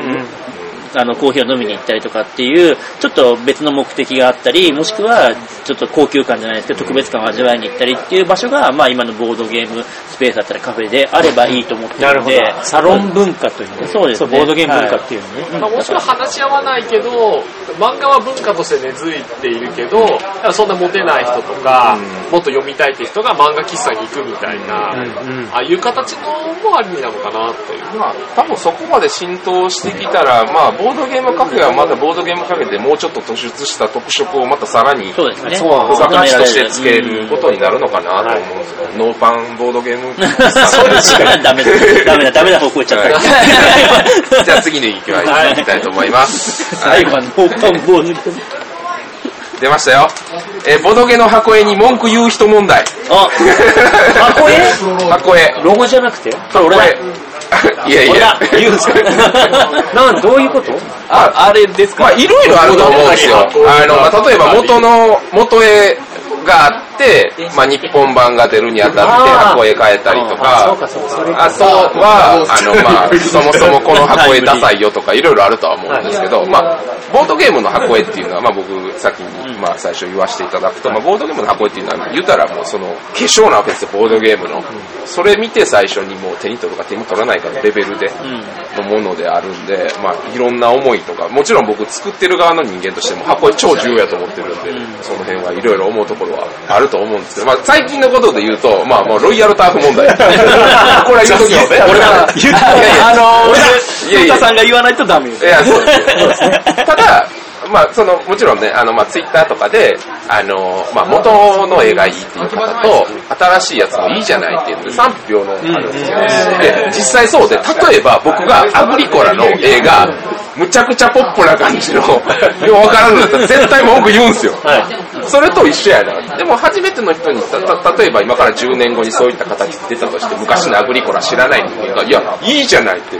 S2: あのコーヒーを飲みに行ったりとかっていう、ちょっと別の目的があったり、もしくはちょっと高級感じゃないですけど、特別感を味わいに行ったりっていう場所が、まあ今のボードゲームスペースだったりカフェであればいいと思って
S4: な
S2: る
S4: る
S2: の
S4: ほ
S2: で、
S4: ど。サロン文化というね
S2: そうですね
S4: ボードゲーム文化っていうのね。
S3: まあ、もちろん話し合わないけど、漫画は文化として根付いているけど、だからそんなモテない人とか、もっと読みたいって人が漫画喫茶に行くみたいな、
S4: うんうん
S3: ああいう形のもありなのかなという。
S1: まあ、多分そこまで浸透してきたら、まあ、ボードゲームカフェはまだボードゲームカフェでもうちょっと突出した特色をまたさらに、
S2: そうですね。
S1: そう付加価値としてつけることになるのかなと思うんですけど、ノーパンボードゲーム カフェさん
S2: そうですね。ダメだ、ダメだ、ダメな方向行っちゃった。
S1: じゃあ次の勢い行きたいと思います。
S2: 最後はノーパンボール。
S1: 出ましたよ。えーボドゲの箱絵に文句言う人問題。
S2: あ、
S1: 箱絵 箱絵。
S4: ロゴじゃなくて
S1: 箱絵。 いやい
S4: 俺
S1: や
S4: だ。言うんですかなん、どういうこと
S1: あ、あれですかまあ、いろいろあると思うんですよ。あの、まあ、例えば元の、元絵があって、まあ、日本版が出るにあたって
S4: あー
S1: 箱絵変えたりとか、
S4: そうか、そうか、それ
S1: あとは、あの、まあ、そもそもこの箱絵ダサいよとか、いろいろあるとは思うんですけど、まあ、ボードゲームの箱絵っていうのは、まあ僕、先に、まあ最初言わせていただくと、まあボードゲームの箱絵っていうのは、言うたらもうその、化粧なわけですよ、ボードゲームの。それ見て最初にもう手に取るか手に取らないかのレベルで、のものであるんで、まあいろんな思いとか、もちろん僕作ってる側の人間としても箱絵超重要やと思ってるんで、その辺はいろいろ思うところはあると思うんですけど、まあ最近のことで言うと、まあもうロイヤルターフ問題。 これは言うときますね。俺は、いやいや、あのいやいや、
S7: さんが言わないとダメよ。
S1: いや、そうですそうですただ、まあ、その、もちろんね、あの、まあ、ツイッターとかで、あの、まあ、元の絵がいいっていう方と、新しいやつもいいじゃないっていうので、賛否両論あるんですよ。で、実際そうで、例えば僕がアグリコラの絵が、むちゃくちゃポップな感じの、ようわからんのだったら絶対文句言うんすよ。それと一緒やな。でも初めての人にた、た、例えば今から10年後にそういった形で出たとして、昔のアグリコラ知らない人間が、いや、いいじゃないって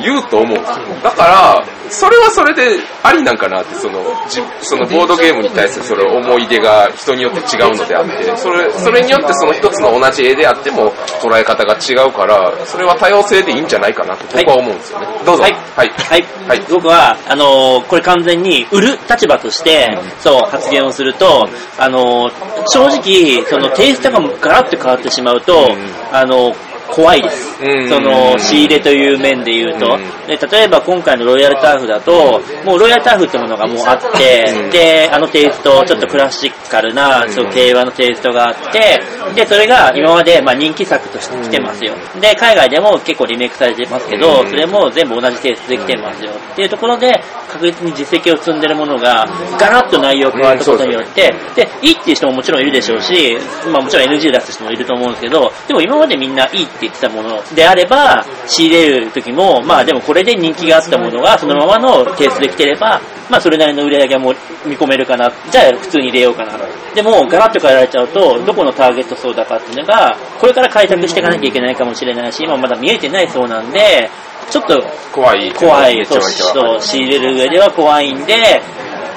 S1: 言うと思うんですよ。だから、それはそれでありなんかなって、その、じそのボードゲームに対するその思い出が人によって違うのであって、それ、それによってその一つの同じ絵であっても捉え方が違うから、それは多様性でいいんじゃないかなと僕は思うんですよね。どうぞ。
S2: はい
S1: はい。
S2: はい、
S1: はい
S2: 僕は、あのーこれ完全に売る立場として、そう、発言をすると、あのー正直、そのテイストがガラッと変わってしまうと、あのー怖いです。
S1: うん
S2: その、仕入れという面で言うと。で例えば今回のロイヤルターフだと、もうロイヤルターフってものがもうあって、で、あのテイスト、ちょっとクラシカルな、そう、平和のテイストがあって、で、それが今まで、まあ、人気作として来てますよ。で、海外でも結構リメイクされてますけど、それも全部同じテイストで来てますよ。っていうところで、確実に実績を積んでるものが、ガラッと内容変わったことによって、で、いいっていう人ももちろんいるでしょうし、まあもちろん NG 出す人もいると思うんですけど、でも今までみんないいって言ってたものであれば、仕入れる時も、まあでもこれで人気があったものが、そのままのケースできてれば、まあそれなりの売り上げも見込めるかな。じゃあ普通に入れようかな。でも、ガラッと変えられちゃうと、どこのターゲット層だかっていうのが、これから開拓していかなきゃいけないかもしれないし、今まだ見えてない層なんで、ちょっと
S1: 怖い。
S2: 怖い、
S1: めちゃ
S2: と
S1: めちゃ
S2: 仕入れる上では怖いんで、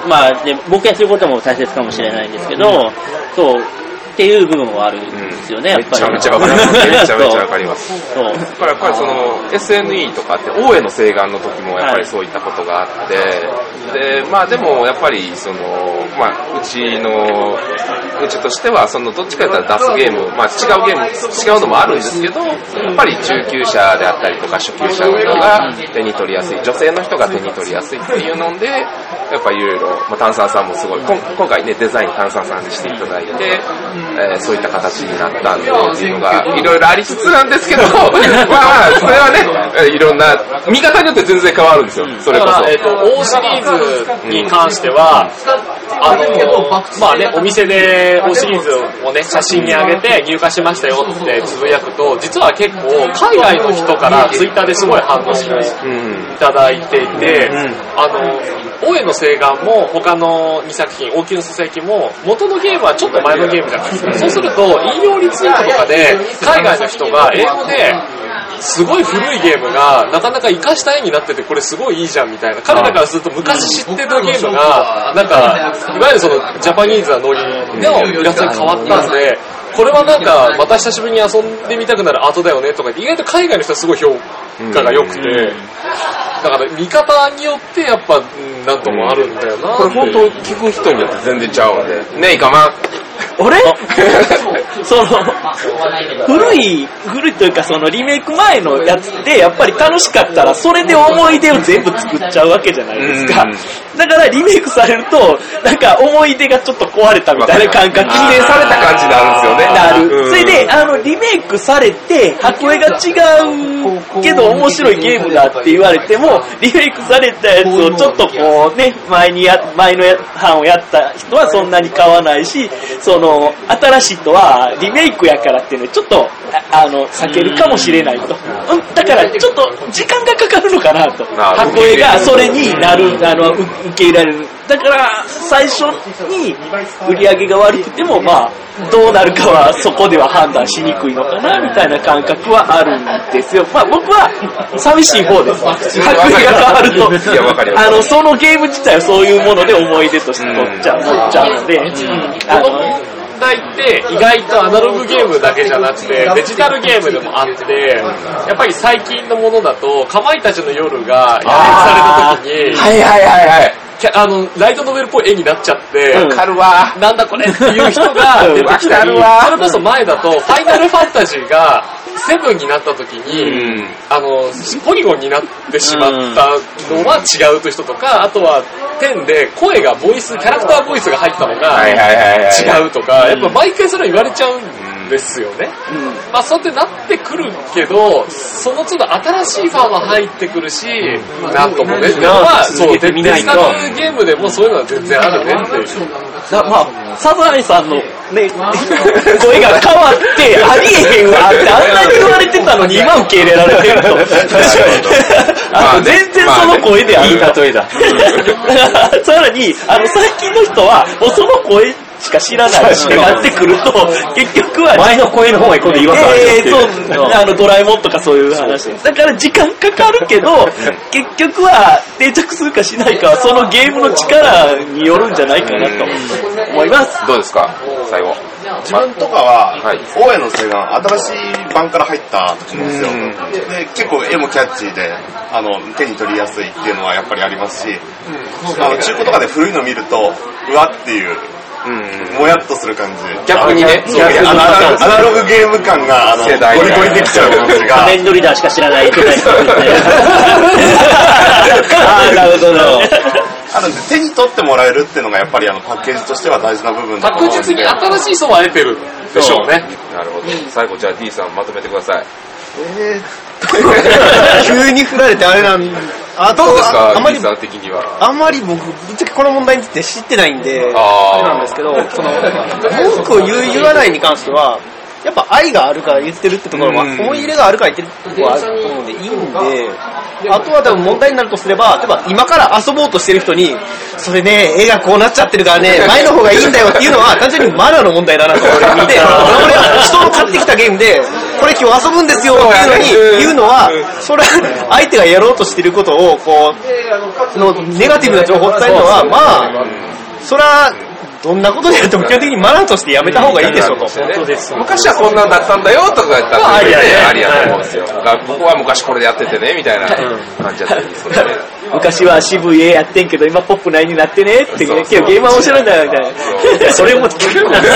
S2: まあ、で、冒険することも大切かもしれないんですけど、そう、っていう部分はあるんですよね、やっ
S1: め
S2: ぱ
S1: ち
S2: り。
S1: ゃめちゃわ かります。めちゃめちゃわかります。
S2: そうそう
S1: だからやっぱりその SNE とかって大江の西岸の時もやっぱりそういったことがあって、でまあでもやっぱりその、まあ、うちのうちとしてはそのどっちかやったら出すゲーム、まあ、違うゲーム違うのもあるんですけどやっぱり中級者であったりとか初級者の人が手に取りやすい女性の人が手に取りやすいっていうのでやっぱいろいろまあ炭酸さんもすごいこん今回ねデザイン炭酸さんにしていただいて、えーそういった形になったんでっていうのがいろいろありつつなんですけどまあまあそれはねえーいろんな見方によって全然変わるんですよそれ
S3: だ
S1: こ
S3: か
S1: そ
S3: ら、えっ、と、O シリーズに関しては、あの、まあね、お店で O シリーズをね、写真に上げて入荷しましたよってつぶやくと、実は結構、海外の人からツイッターですごい反応してい
S1: うん
S3: ただいていて、あの、大江の西岸も他の2作品、王宮の佐々木も、元のゲームはちょっと前のゲームじゃないですか。そうすると、引用リツイートとかで、海外の人が英語で、すごい古いゲームが、なかなか活かした絵になってて、これすごいいいじゃんみたいな。彼らからすると昔知ってたゲームが、なんか、いわゆるそのジャパニーズなノリのイラストに変わったんで、これはなんか、また久しぶりに遊んでみたくなるアートだよねとか言って、意外と海外の人はすごい評価が良くて、だから見方によってやっぱ、うんなんともあるんだよな。
S1: これ本当聞く人によって全然ちゃうんでねえかまん
S7: 俺 その、古い、古いというかそのリメイク前のやつってやっぱり楽しかったらそれで思い出を全部作っちゃうわけじゃないですか
S1: うん。
S7: だからリメイクされると、なんか思い出がちょっと壊れたみたいな感覚
S1: 否定された感じにな
S7: な
S1: るんですよね
S7: る。それで、あの、リメイクされて、箱絵が違うけど面白いゲームだって言われても、リメイクされたやつをちょっとこうね、前にや、前のや版をやった人はそんなに買わないし、その、新しい人はリメイクやからっていうのはちょっと、ああの、避けるかもしれないと。うんだから、ちょっと時間がかかるのかなと。
S1: なるほど
S7: 箱絵がそれになる、あの、う受け入れられる。だから、最初に売り上げが悪くても、まあ、どうなるかはそこでは判断しにくいのかな、みたいな感覚はあるんですよ。まあ、僕は寂しい方です。格が変わると。
S1: いやわかるよ
S7: あの、そのゲーム自体はそういうもので思い出として取っちゃう、
S1: うん
S7: 取っちゃうので、あ
S3: この
S7: の、
S3: 問題って意外とアナログゲームだけじゃなくてデジタルゲームでもあってやっぱり最近のものだとかまいたちの夜がやりされた時に
S1: はいはいはいはい
S3: キャあのライトノベルっぽい絵になっちゃって、
S1: わかるわ
S3: なんだこれっていう人が出てきたり
S1: うんわかるわ
S3: それこそ前だとファイナルファンタジーがセブンになった時
S1: う
S3: に、
S1: ん
S3: あの、ポリゴンになってしまったのは違うという人とか、あとは、点で声がボイス、キャラクターボイスが入ったのが
S1: はいはいはいはい
S3: 違うとか、やっぱ毎回それは言われちゃうんですよね。まあそうやってなってくるけど、その都度新しいファンは入ってくるし、なんともね、まあそう、デジタルゲームでもそういうのは全然あるねっていう。
S7: なまあ、サザエさんのね、声が変わって、ありえへんわってあんなに言われてたのに今受け入れられてると。 あ
S1: まあ
S7: の
S1: ね
S7: 全然その声である
S1: まあねいい例
S7: えだ。から さらに、あの、最近の人は、もうその声しか知らないし、なってくると、結局は、前の声の方が今度違
S4: 和感あるって
S7: ええそう、あの、ドラえもんとかそういう話です。だから時間かかるけど、結局は定着するかしないかは、そのゲームの力によるんじゃないかなと 思います。
S1: どうですか最後
S6: 自分とかは、
S1: はい
S6: 大江の西岸、新しい版から入った時なんですよ。で、結構絵もキャッチーで、あの、手に取りやすいっていうのはやっぱりありますし、あの、中古とかで古いの見ると、うわっていう、
S1: うん
S6: もやっとする感じ。
S1: 逆にね
S6: そうあのアナログアナログゲーム感が、あの、ゴ
S1: 世代が
S6: リゴリできちゃう感じが
S2: 仮、面ドリーダーしか知らない世代の人ですねああ、なるほ ど。
S6: あの、手に取ってもらえるっていうのがやっぱりあの、パッケージとしては大事な部分だと思う
S3: 確
S6: ん
S3: 実
S6: で
S3: に新しい層は得てるでしょうね。
S1: なるほど最後じゃあ D さんまとめてください
S10: 急に振られてあれなんあと
S1: どうです
S10: ああんま
S1: か
S10: り
S1: D さん的には
S10: あんまり僕ぶっちゃけこの問題について知ってないんで
S1: あー
S10: あれなんですけどその文句を言う言わないに関してはやっぱ愛があるから言ってるってところも
S1: うん
S10: 思い入れがあるから言ってるところはあると思うんでいいんであとは多分問題になるとすれば、例えば今から遊ぼうとしてる人に、それね、絵がこうなっちゃってるからね、前の方がいいんだよっていうのは、単純にマナーの問題だなと俺見て、俺は人の買ってきたゲームで、これ今日遊ぶんですよっていうのに言うのは、それは相手がやろうとしてることを、こう、のネガティブな情報を伝えるのは、まあ、それは、どんなことでやっても基本的にマナーとしてやめた方がいいでしょうと。
S1: 当です昔はこんなんだったんだよとかやったら、ありやと思うんですよ。僕は昔これでやっててね、みたいな感じだったりするんですよね。
S7: 昔は渋い絵やってんけど、今ポップないになってねって、
S1: そう
S7: 今日ゲームは面白いんだよみたいな。それも結構辛 いんですよね。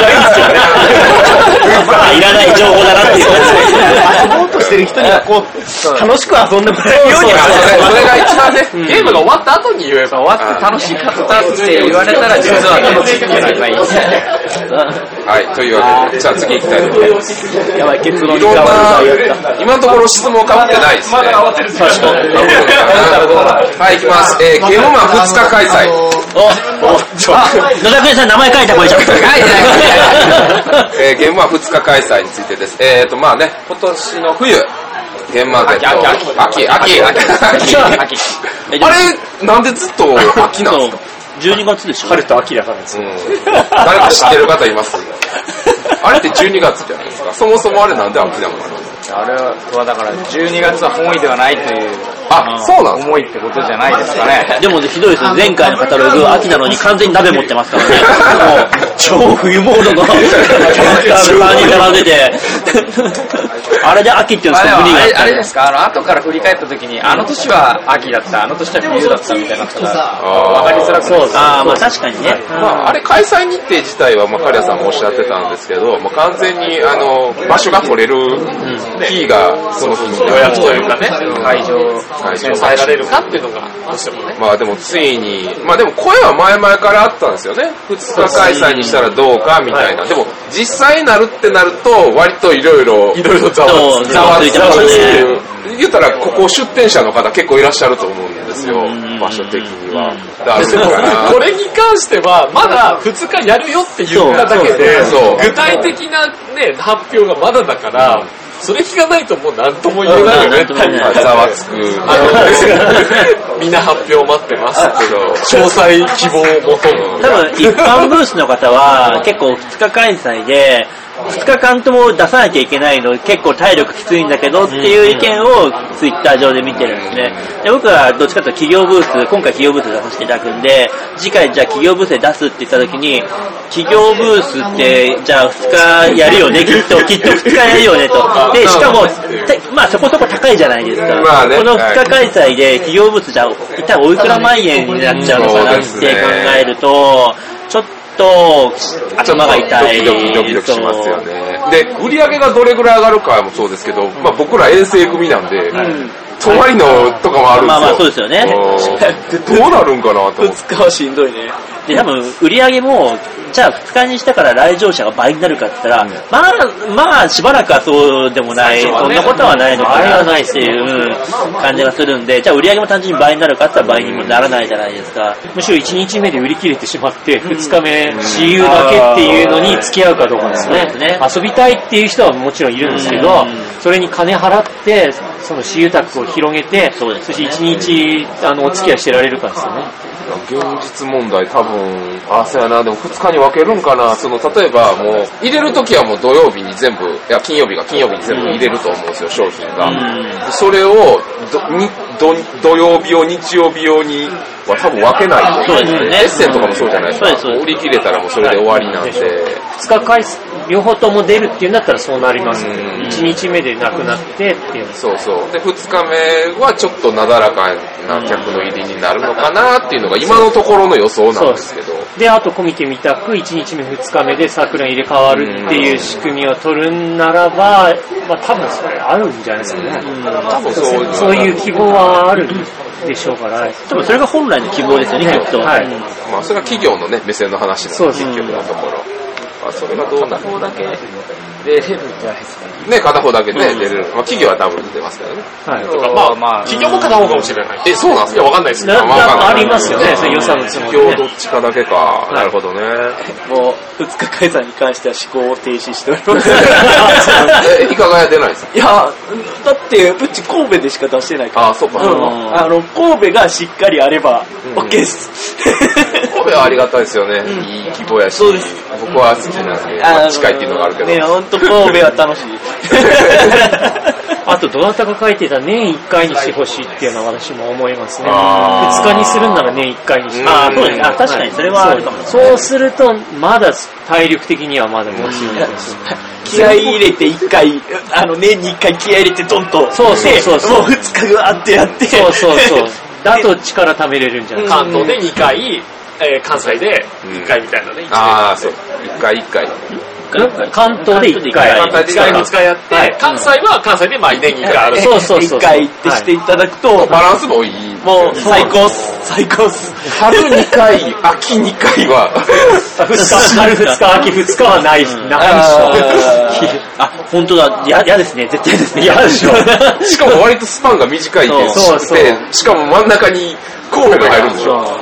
S7: まあいらない情報だなっていう感
S10: 遊ぼうとしてる人にはこう、楽しく遊んでもらえるよう に
S1: あそれそれが一番ね、
S3: ゲームが終わった後に言えば、
S11: 終わって楽しかったって言われたら、実は楽しくなればいい。
S1: はい、というわけで、じゃあ次行きたいと思います。
S7: じ。やばい、結論
S1: いろんな、今のところ質問被ってないですね。まだ慌てる確かに。 はい、行きます。えー、ゲームマン2日開催。
S2: 野田君さん名前書いたこれじゃん。
S1: えー、ゲームマン2日開催についてです。えーと、まあね、今年の冬、ゲームマーケット、秋、秋、秋、秋、秋、あれ、なんでずっと秋なんですか
S2: 12月でしょ
S4: 春と秋だからです。
S1: うん誰か知ってる方いますあれって12月じゃないですか。そもそもあれなんで秋なのかな
S11: あれはだから12月は本意ではないという
S1: あ、そうなんです
S11: 思いってことじゃないですかね。
S2: でもねひどいですよ。前回のカタログ、秋なのに完全に鍋持ってますからね。もう、超冬モードのキャラクターに並んでて。あれで秋っていうんです
S11: あで
S2: か、
S11: も
S2: 無理が
S11: あ
S2: あっ
S11: れ
S2: た
S11: あれですか、あの後から振り返った時に、あの年は秋だった、あの年は冬だったみたいなことが
S1: あ
S11: 分かりづらくそう
S2: ああ、まあ確かにね。
S1: ーまあ、あれ開催日程自体は、まあ、刈谷さんもおっしゃってたんですけど、もう完全に、あの、場所が取れる日が、その日に予約というかね、
S11: 会場、
S1: 会場
S3: 抑えられるかっていうのが、どうしてもね。
S1: まあでもついに、まあでも声は前々からあったんですよね。2日開催にしたらどうかみたいな。でも実際になるってなると割といろいろ、いろいろざ
S2: わつき
S1: ざわつ
S2: ざわついて
S1: き
S2: ま
S1: 言ったらここ出店者の方結構いらっしゃると思うんですよ。場所的には。だから
S3: これに関しては、まだ2日やるよって言っただけで、
S1: そう
S3: 具体的なね、発表がまだだから、それ聞かないともう何とも言えないよね。
S1: まあざわつく。
S3: あの、みんな発表待ってますけど、詳細希望を求む。
S2: 多分、一般ブースの方は、結構2日開催で、2日間とも出さなきゃいけないの、結構体力きついんだけどっていう意見をツイッター上で見てるんですね。で僕はどっちかというと企業ブース、今回企業ブースで出させていただくんで、次回じゃあ企業ブースで出すって言った時に、企業ブースって、じゃあ2日やるよね、きっと、きっと2日やるよねと。で、しかも、たまあそこそこ高いじゃないですか。
S1: まあね
S2: この2日開催で企業ブースじゃ一体おいくら万円になっちゃうのかなって考えると、ちょっと頭が痛い。
S1: ドキドキドキドキしますよね。で、売り上げがどれぐらい上がるかもそうですけど、まあ僕ら遠征組なんで、泊まりのとかもあるんですよ。
S2: まあまあそうですよね
S1: うんどうなるんかなと思って。
S7: 2日はしんどいね。
S2: で、多分、売り上げも、じゃあ2日にしたから来場者が倍になるかって言ったら、まあ、まあ、しばらくはそうでもない、そんなことはないのかなっていううん感じがするんで、じゃあ売り上げも単純に倍になるかって言ったら倍にもならないじゃないですか。
S4: むしろ1日目で売り切れてしまって、2日目、私有だけっていうのに付き合うかどうかです
S2: あー
S4: ね
S2: そうですね。
S4: 遊びたいっていう人はもちろんいるんですけ
S2: う
S4: ど
S2: ん、
S4: それに金払って、その私有宅を広げて、
S2: そうです
S4: そして1日、あの、お付き合いしてられるかですよね。
S1: 現実問題多分、あ、そうやな、でも2日に分けるんかな、その、例えばもう、入れるときはもう土曜日に全部、いや、金曜日が金曜日に全部入れると思うんですよ、商品が。それをどにど、土曜日用、日曜日用には多分分けないと
S2: そうですよね
S1: エッセンとかもそうじゃないですか。
S2: そうですそうです
S1: 売り切れたらもうそれで終わりなんで。
S4: 2日返す、両方とも出るっていうんだったらそうなりますけど、
S1: うん
S4: 1日目でなくなってっていうの
S1: そうそう。で、2日目はちょっとなだらかな客の入りになるのかなっていうのが今のところの予想なんですけど。
S4: で、あとコミケみたく1日目2日目でサークルに入れ替わるっていう仕組みを取るんならば、まあ多分それあるんじゃないですかね。
S1: 多分そういう。
S4: そういう希望はあるでしょうから。
S2: 多分それが本来の希望ですよね、きっと。
S4: はい
S2: うん
S1: まあ、それは企業のね、目線の話なんで、
S4: そうです
S1: 結局のところ。まあ、それがどうなる
S11: こだけ出れるんじゃないですかね。
S1: ね、片方だけね、出れる。まあ、企業は多分出てますから
S4: は
S1: ね。
S4: い。
S11: まあまあ、
S3: 企業も片方かもしれない。
S1: え、そうなんですかわかんないです
S4: な
S1: まわかんない
S4: ありますよね、そういう予算のつも
S1: 企
S4: り
S1: 業
S4: ね。
S1: どっちかだけか。なるほ どね。
S7: もう、2 日開催に関しては思考を停止しております。
S1: え、いかがや出ないですか
S7: いや、だって、うち神戸でしか出してないから。
S1: あ、そうか。
S7: うんあの、神戸がしっかりあれば、OK です。
S1: 神戸はありがたいですよね。いい規模やし。
S7: そうです
S1: 僕は好きなんで、まあ近いっていうのがあるけど。
S7: ね、ほんと神戸は楽しい。
S4: あと、どなたか書いてた年1回にしてほしいっていうのは私も思いますね。
S1: あー
S4: 2日にするんなら年1回にして
S1: あーそうです
S2: ねあ確かにそれはあるかも
S4: そうそうすると、まだ体力的にはまだ持ちようですよね。
S7: 気合い入れて一回、あの、年に一回気合い入れてドンと。
S4: そうそうそうそう
S7: でもう二日ぐわーってやって。
S4: そうそうそう。 だと力貯めれるんじゃない
S3: 関東で2回、えー関西で1回みたいなね、
S1: ああ、そう。一回一回。
S4: 関東で1回。
S1: 関東
S3: 1
S1: で一回
S3: 回2回やって、
S4: はい
S3: 関西は関西で毎年2回ある。
S4: そうそうそうそう。
S7: 一回ってしていただくと、
S1: バランスもいい。
S7: もう最高っす。最高っす。
S1: 春2回、秋2回は、
S4: 2日、春2日、秋2日はない、な
S7: あ
S4: いでしょ。
S2: あ、本当だ。や、やですね。絶対ですね。
S4: 嫌でしょ。
S1: しかも割とスパンが短いです
S4: そうそう
S1: で、しかも真ん中に神戸が入るんでしょ。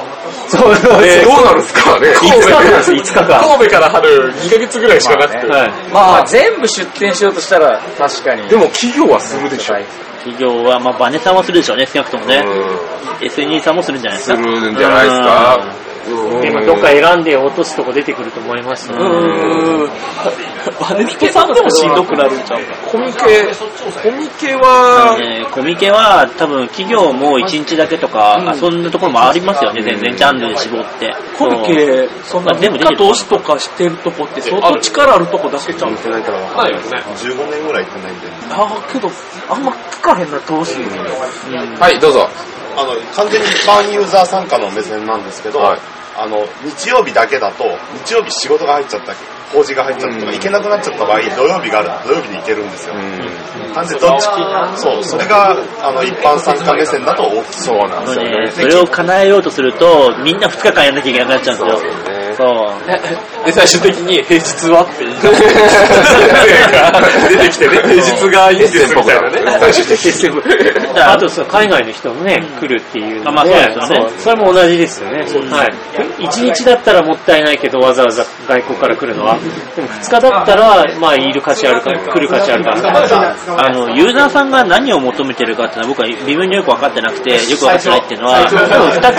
S4: そうそう
S1: えーどうなるんですかね。
S4: 5日間です、5日間。
S3: 神戸から春2ヶ月ぐらいしかなくて、
S4: はい。
S11: まあ、全部出店しようとしたら、確かに。
S1: でも企業は進むでしょ。
S2: 企業は、まあ、バネさんはするでしょうね。少なくともね。
S1: う
S2: SNE さんもするんじゃないです
S1: す
S2: か。
S1: るんじゃないですか。うん
S4: でもどっか選んで落とすとこ出てくると思いますね。
S7: うん。バネストさんでもしんどくなるんちゃうか。
S1: コミケ、コミケは、
S2: えーコミケは多分企業も1日だけとか、あそんなところもありますよね、全然ジャンルで絞って。
S7: コミケ、そんな、
S2: まあでも出て
S7: か
S2: る
S7: 投資とかしてるとこって相当力あるとこだけちゃう
S1: ないからわかん
S3: ないよね。
S6: 15年ぐらい行ってないんで。
S7: ああ、けど、あんま聞かへんな、投資。
S1: ないはい、どうぞ。
S6: あの、完全に一般ユーザー参加の目線なんですけど、
S1: はい
S6: あの、日曜日だけだと、日曜日仕事が入っちゃった、法事が入っちゃったとか、
S1: うん
S6: 行けなくなっちゃった場合、土曜日がある、土曜日に行けるんですよ。なんで、どっちそう、それが、あの、一般参加目線だと大きい。
S1: そうなんですよね。
S2: それを叶えようとすると、みんな2日間やんなきゃいけなくなっちゃうんですよ。そう。
S3: で、最終的に平日はって言い出す出てきてね、 平日がいいんですみたいなね。
S1: 最終的
S2: だ
S1: に。
S2: から
S4: あとその海外の人もね、来るっていうので、
S2: あまあそうですよね
S4: そうそれも同じですよね。はい。一日だったらもったいないけど、わざわざ外国から来るのは。でも二日だったら、まあ、いる価値あるか、来る価値あるかな。
S2: あの、ユーザーさんが何を求めてるかっていうのは僕は微妙によく分かってなくて、よく分かってないっていうのは、多分2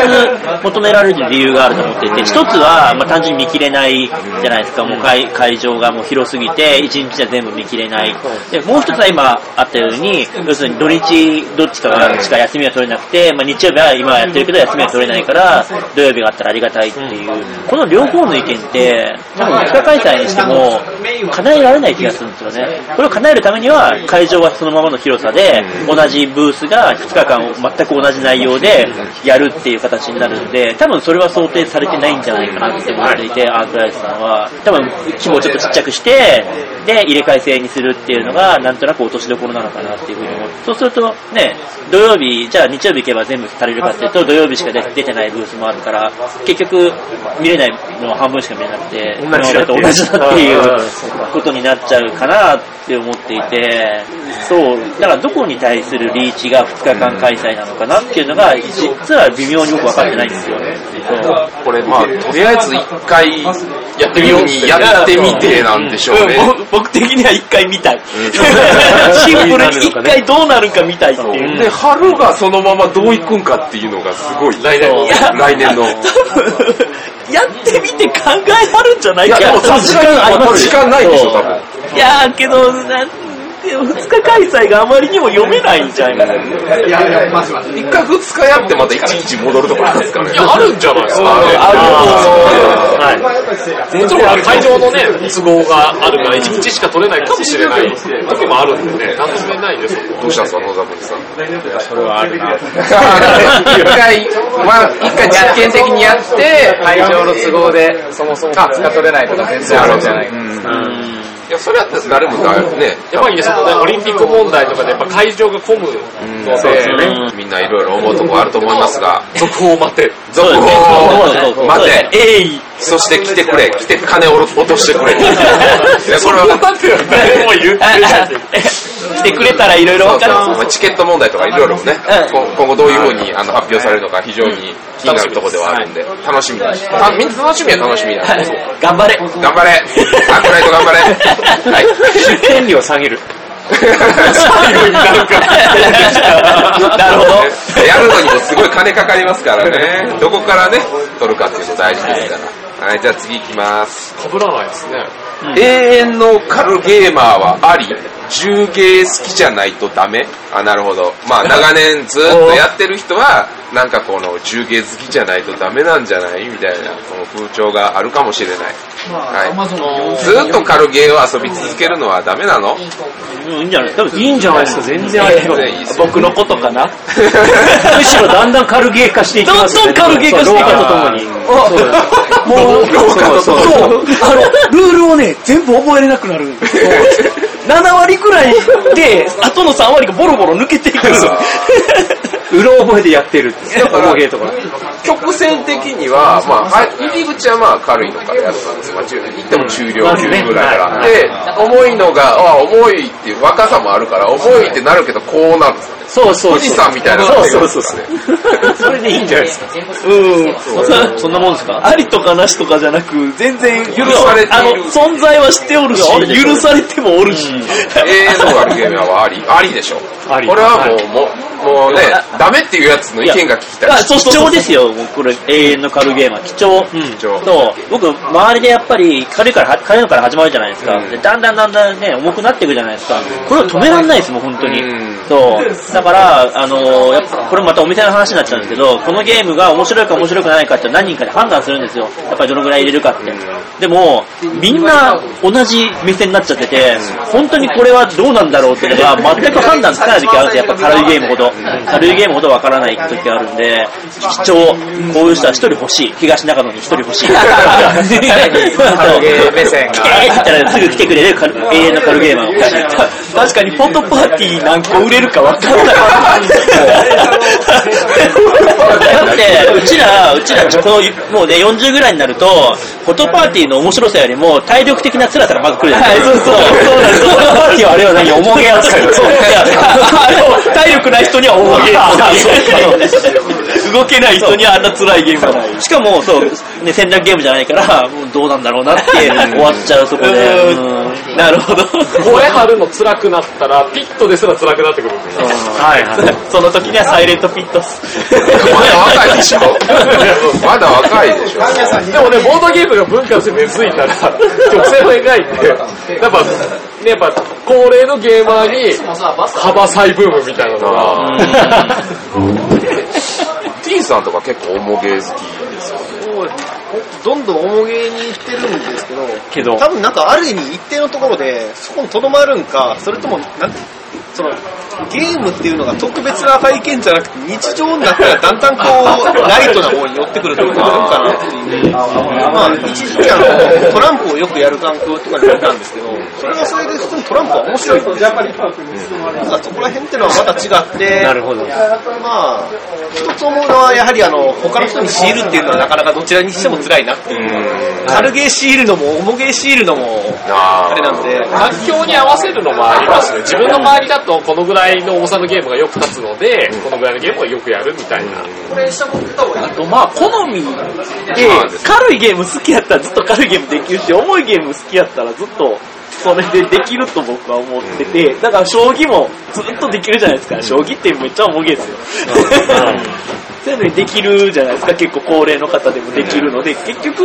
S2: つ求められる理由があると思っていて、1つは、まあ、単純に見切れないじゃないですか、もう会会場がもう広すぎて、1日じゃ全部見切れない。で、もう1つは今あったように、要するに土日どっちかがしか休みが取れなくて、まあ、日曜日は今やってるけど休みは取れないから、土曜日があったらありがたいっていう、この両方の意見って、多分2日開催にしても、叶えられない気がするんですよね。これを叶えるためには、会場はそのままの広さで、同じブースが2日間全く同じ内容でやるっていう形になるんで、多分それは想定されてないんじゃないかなって思っていて、アークライズさんは。多分規模をちょっとちっちゃくして、で、入れ替え制にするっていうのが、なんとなく落としどころなのかなっていうふうに思って、そうするとね、土曜日、じゃあ日曜日行けば全部足りるかっていうと、土曜日しか出出てないブースもあるから、結局、見れないのは半分しか見れなくて、
S4: 同じだっていう
S2: 同じだっていうことになっちゃうかなって思っていて、そう、だからどこに対するリーチが2日間開催なのかなっていうのが、実は微妙によく分かってないんですよ。そう
S1: これ、まあ、とりあえず1回やってみようにやってみてなんでしょうね。
S7: 僕僕的には一回見たい。シンプルに一回どうなるか見たいっていう。
S1: で、春がそのままどういくんかっていうのがすごい。来年の。来年の。
S7: 多分 やってみて考えあるんじゃない
S1: いや、
S7: か
S1: でもさすがに
S7: ありま
S1: 時
S7: すよ
S1: 間ないでしょ、多分。
S7: いやーけど、なん2日開催があまりにも読めないんじゃないかな。
S1: 1回2日やってまた1日戻るとこなんですかね。
S3: いや、あるんじゃないですかね。
S1: ある
S3: もちろん会場のね、都合があるから、1日しか取れないかもしれない時もあるんでね、楽しめないですよ。
S1: どうしたんですか、野沢さん。
S11: それはあるな。
S1: 一回、まあ、一回実験的にやって、
S11: 会場の都合で、そもそも2日取れないとか全然あるんじゃないか。
S1: いや、それやったら誰もだよね。
S3: やっぱりね、そのね、オリンピック問題とかで、やっぱ会場が混むので、
S1: みんないろいろ思うとこあると思いますが、
S3: 続報を待て。
S1: 続報を待て、
S7: えい、
S1: そして来てくれ、来て金を落としてくれ。 いや、それは、
S3: 誰も言ってない。
S7: 来てくれたらいろいろ
S1: そう
S7: 分か
S1: そ
S7: る
S1: う。まあチケット問題とかいろいろね、こ今後どういうふうにあの発表されるのか非常に気になるところではあるんで、楽しみだし、たみんな楽しみは楽しみなんですよ
S7: 頑張れ。
S1: 頑張れアークライト頑張れはい。
S4: 出店料下げる。
S1: なるほど。 やるのにもすごい金かかりますからね。どこからね、取るかっていうの大事ですから。はい、じゃあ次行きます。
S3: 被らないですね。
S1: 永遠のカルゲーマーはあり、重芸好きじゃないとダメあ、なるほど。まあ 長年ずっとやってる人は、 なんかこの重芸好きじゃないとダメなんじゃないみたいな、この風潮があるかもしれない。はい。ずっとカルゲーを遊び続けるのはダメなの
S2: うんいいんじゃないですか。
S4: いいんじゃないですか、全然ありの。
S1: いいですよ
S7: 僕のことかな。
S4: むしろだんだん軽ゲー化していきますよね。
S7: どんどん軽ゲー化してい
S4: そ
S7: く
S4: う廊下とともに。
S10: もう、そう、あの、ルールをね、全部覚えれなくなる。7割くらいで、後の3割がボロボロ抜けていくんですよ。
S4: うろ覚えでやってるって。
S1: だから
S4: 重ゲーとか。
S1: 曲線的には、まあ、は入り口はまあ軽いのからやったんですよ。まあ、中行っても中量級ぐらいから。で、重いのが、ああ、重いっていう若さもあるから、重いってなるけど、こうなるんですよね。
S4: そうそうそう。
S1: 富士山みたいな
S4: そう
S1: 感じが
S4: そうそうそう。それでいいんじゃないですか。
S7: うん。
S2: そんなもんですか
S7: ありとかなしとかじゃなく、全然許されあの、存在は知っておるし、許されてもおるし。
S1: ええのあるゲームはあり、ありでしょ。
S4: あり
S1: これはもう、もうもうね、ダメっていうやつの意見が聞きたい。
S2: あ貴重ですよ、もうこれ、永遠のカルゲーマー。貴重。
S1: 貴重
S2: そう、僕、周りでやっぱり、軽いから、軽いのから始まるじゃないですか。でだんだんだんだんね、重くなっていくじゃないですか。これを止めらんないですもん、本当に
S1: うん。
S2: そう。だから、あのーやっぱ、これまたお店の話になっちゃうんですけど、このゲームが面白いか面白くないかって何人かで判断するんですよ。やっぱりどのぐらい入れるかって。でも、みんな同じ目線になっちゃってて、本当にこれはどうなんだろうっていうのが、全く判断つかない時あるんですよ。やっぱ軽いゲームほど。軽いゲームほどわからない時あるんで、貴重、こういう人は一人欲しい。東中野に一人 欲しい。軽
S11: ゲー目線が
S2: 来てって言ったらすぐ来てくれる軽永遠の軽ゲーマーが欲しい。
S7: 確かに、フォトパーティー何個売れるか分かんない。
S2: だって、うちら、うちら、この、もうね、40ぐらいになると、フォトパーティーの面白さよりも、体力的な辛さがまず来るじゃないですか。そうそう、そうなんです。フォトパーティーはあれは何重げ扱いだ。そう。あれを、体力ない人には重げ扱い。動けない人にはあんな辛いゲームだ。しかも、そう、ね、戦略ゲームじゃないから、もうどうなんだろうなって、終わっちゃう、そこで。うんなるほど。
S3: 声張るの辛くなったら、ピットですら辛くなってくるんですよ。
S2: はいはい。その時にはサイレントピットっす。
S1: まだ若いでしょまだ若いでしょ
S3: でもね、ボードゲームが文化として根付い たら、曲線を描いて、やっぱ、ね、やっぱ、高齢のゲーマーに、幅サイブームみたいなのが、
S1: T さんとか結構重ゲー好きですよ。
S10: どんどん重げにいってるんですけど、
S4: けど、
S10: 多分なんかある意味一定のところで、そこにとどまるんか、それとも、なんてその、ゲームっていうのが特別な体験じゃなくて、日常になったらだんだんこう、ライトな方に寄ってくるところがあるかなっていう。まあ、一時期あの、トランプをよくやる環境とかにいたんですけど、それはそれで普通にトランプは面白いんですよ。なんかそこら辺っていうのはまた違って、
S4: なるほど。
S10: まあ、一つ思うのは、やはりあの、他の人に強いるっていうのはなかなかどちらにしても辛いなっていう。軽ゲー強いるのも、重ゲー強いるのも、
S1: あ
S10: あれなんで、
S3: 環境に合わせるのもありますね。自分の周りだと、このぐらいの重さのゲームがよく立つので、このぐらいのゲームをよくやるみたいな。
S7: まあ、好みで、軽いゲーム好きやったらずっと軽いゲームできるし、重いゲーム好きやったらずっとそれでできると僕は思ってて、だから将棋もずっとできるじゃないですか。将棋ってめっちゃ重いですよ。 そういうのにできるじゃないですか。結構高齢の方でもできるので、結局、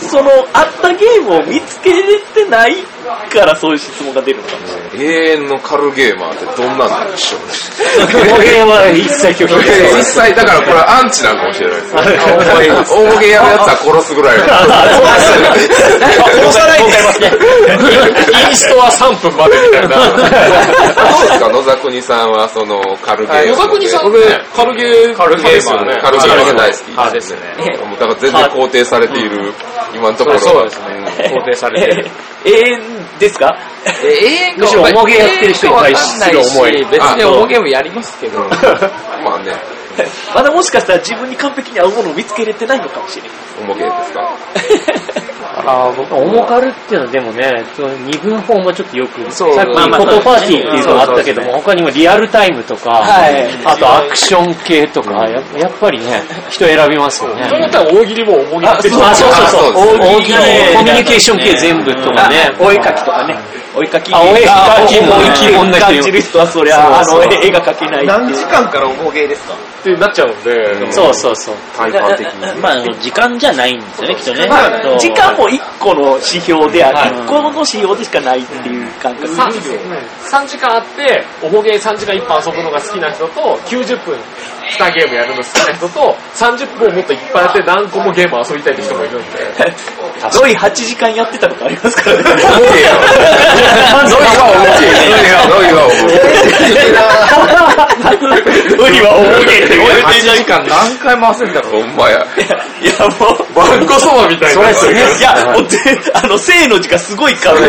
S7: その、あったゲームを見つけれてないからそういう質問が出る のかもしれない。
S1: 永遠のカルゲーマーってどんなんでしょうね。
S4: 重ゲーは一切拒否してない
S1: 実際、だからこれアンチなんかもしれないですね。大げやるやつは殺すぐらいの。
S10: 殺さないで
S3: インストは3分までみたいな。
S1: どうですか野崎さんはその軽ゲー
S3: 野崎さんって、軽ゲー、軽ゲーマーね。
S1: 軽ゲーマーが大好き
S11: 派ですね。
S1: もうだから全然肯定されている、今のところ
S11: そうですね。肯定されてる。
S7: 永遠ですか
S11: え、え
S4: むしろ重げやってる人に対する思い
S11: 別に重げもやりますけど。
S1: うんまあね、
S7: まだもしかしたら自分に完璧に合うものを見つけれてないのかもしれない。
S1: 重げですか
S4: ああ、僕、オモカルっていうのはでもね、その二分法もちょっとよく、さっ
S11: う
S4: きフォトパーティーっていうのがあったけども、他にもリアルタイムとか、あとアクション系とか、ややっぱりね、人選びますよね。
S3: それだったら大喜利も重いって
S4: そうそうそうそう、
S1: あそう
S4: 大喜利もコミュニケーション系全部とかね。
S7: お絵描きとかね。お絵描き。
S4: あ、お絵描きも
S7: お絵
S4: 生き物な
S7: 感
S4: 人
S7: じ
S4: いる
S7: る人はそりゃ、あの、絵が描けない。
S10: 何時間からおもげですか
S3: ってなっちゃうので、
S4: そうそうそう。
S1: 体感的に。
S2: まあ、時間じゃないんですよね、きっとね。そう
S7: 時間も一個の指標で、一個の指標でしかないっていう感覚。
S3: 3, 時間あって、おもげ3時間1本遊ぶのが好きな人と、90分2ゲームやるの好きな人と、30分をもっといっぱいやって何個もゲーム遊びたいって人もいるんで。
S7: ロイ8時間やってたことありますからね。
S1: ロイは重い。ロイ は
S7: ロイ は重げって
S1: 重
S7: 言
S1: い。
S7: わ
S1: 俺
S7: れて
S1: 8時間何回回せんだろう、お前や。
S7: いや、もう。
S1: わんこそばみたいな。それ
S7: いや、おてあの、生の時間すごいからね。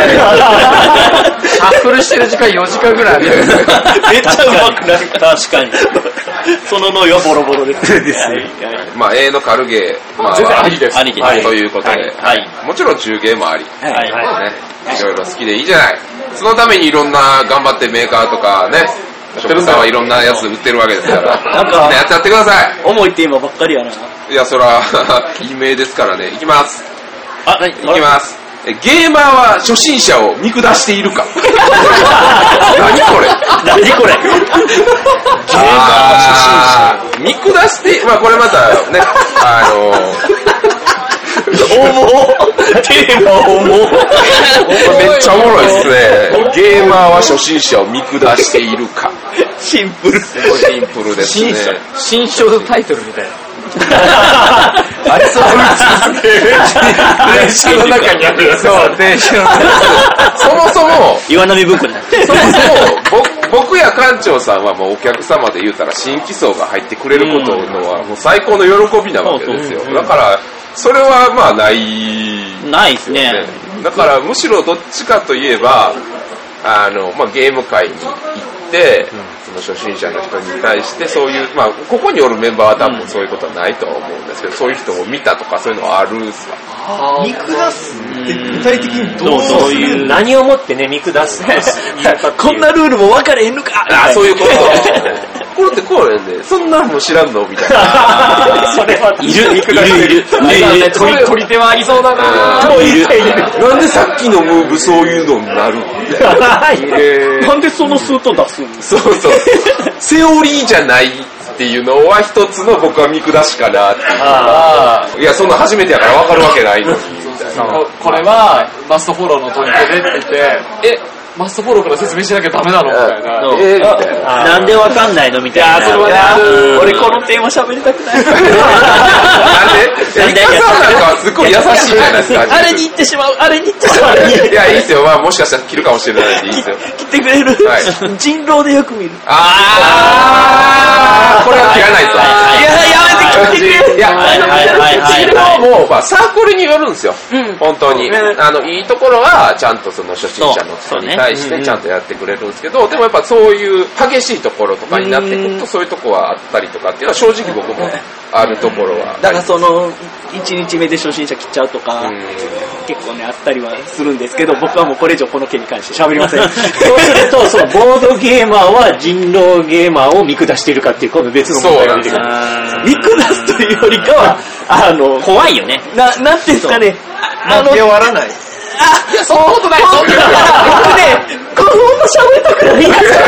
S11: タッフルしてる時間4時間ぐらいあるよね
S7: めっちゃ上手くなった。確かに。その脳はボロボロです。
S1: まあ、A の軽ゲー。まあ、
S3: 全然ありです
S2: ありです
S1: はいということで。
S2: はい。
S1: もちろん中ゲーもあり。
S2: はい。はい。
S1: ね。いろいろ好きでいいじゃない。そのためにいろんな頑張ってメーカーとかね、ショップさんはいろんなやつ売ってるわけですから。
S7: なんか
S1: ねやっちゃってくださ
S7: 重いって今ばっかりやな。
S1: い。いや、そら、 有名ですからね。いきます。
S2: あ、何
S1: いきます。えゲーマーは初心者を見下している か何これ
S7: 何これ
S1: あー見下して、まあこれまた ね、あの
S7: テーマ重
S1: めっちゃおもろいっすね。ゲーマーは初心者を見下しているか。
S7: シンプル。
S1: シンプルですね。
S11: 新章のタイトルみたいな
S1: ありそう ですね。電車の中にあるそう、電車の中そもそも、
S2: 岩波文庫になってる。
S1: そもそもぼ僕や館長さんはもうお客様で言うたら新規層が入ってくれることのはもう最高の喜びなわけですよ。だから、それはまあない
S2: ないですね。
S1: だからむしろどっちかといえばあの、まあ、ゲーム会に行って、その初心者の人に対してそういう、まあ、ここにおるメンバーは多分そういうことはないとは思うんですけど、そういう人を見たとかそういうのはあるんすか
S10: 見下すって具体的にどうす
S4: そう
S10: る
S4: いう、何をもってね、見下すっていうかっていう
S7: こんなルールも分かれへんのか
S1: あそう いうことこれってこうやねそんなんも知らんのみたいな
S4: それはい
S2: る、いる、いる。いる、
S3: 取り取り手はありそうだな
S1: もういるなんでさっきのムーブそういうのになるのみたいなえー
S7: なんでその数と出すんです
S1: そうそう。セオリーじゃないっていうのは一つの僕は見下しかなっていうのがいや、そんな初めてやから分かるわけないのに。
S3: ここれは、マストフォローの取り手でって言って、え、マストフォローから説明しなきゃダメなのみたいな。
S1: えーみたいな。
S2: なんでわかんないのみたいな。
S7: か俺このテーマ喋りたくない。
S1: なんでえリカさんなんかはすごい優しいじゃないですか。
S7: あれに行ってしまう、あれに行ってしまう。
S1: いや、いいですよ。まあ、もしかしたら切るかもしれないんでいいですよ。
S7: 来てくれる
S1: は。
S7: 人狼でよく見る。
S1: あーこれは切らない
S7: い
S1: ぞ。
S7: や、やめて来てくれ
S1: い
S7: る。
S1: や、
S2: はいはいはいはい
S1: それはもう、まあ、サークルによるんですよ。本当に。あの、いいところは、ちゃんとその初心者の人に対して、ちゃんとやってくれるんですけど、でもやっぱそういう激しいところとかになってくると、そういうとこはあったりとかっていうのは正直僕もあるところは。
S7: だからその、1日目で初心者切っちゃうとか、
S1: うん
S7: 結構ね、あったりはするんですけど、僕はもうこれ以上この件に関して喋りま せん。
S4: そうすると、そのボードゲーマーは人狼ゲーマーを見下しているかっていう、今度別の問題が出てくる。
S7: 見下すというよりか は、あの、
S2: 怖いよね。
S7: な、なんていうんですかね、あの、
S10: 手を割らない。
S7: いや、そんなことない、そんなことない。僕ね、このまま喋りたくないんですよ。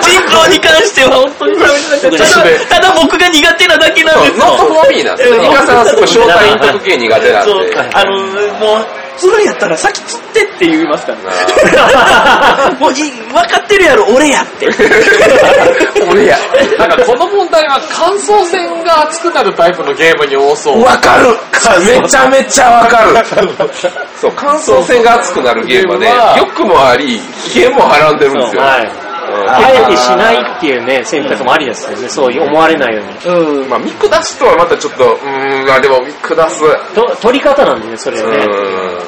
S7: 人狼に関しては本当に喋りたくない。ただ、ただ僕が苦手なだけなん
S1: そう
S7: で
S1: ノッ
S7: すよ。
S1: トフォーミーなんですよ。イカさんはすごい正体隠特系苦手なんで。
S7: そう、あの、もう、釣るんやったらさっき釣ってって言いますからね。 もういい、分かってるやろ、俺やって。
S1: 俺や。
S3: なんかこの問題は感想戦が熱くなるタイプのゲームに多そう。
S1: わかるめちゃめちゃわかるそう、感想戦が熱くなるゲームはね、欲もあり、危険もはらんでるんですよ。
S4: はい。
S1: うん
S4: あえてしないっていうね、選択もありですよね。そう思われないように。
S1: まあ、見下すとはまたちょっと、うーん、あ、でも見下す。う
S4: と取り方なんでね、それはね。
S1: ーん。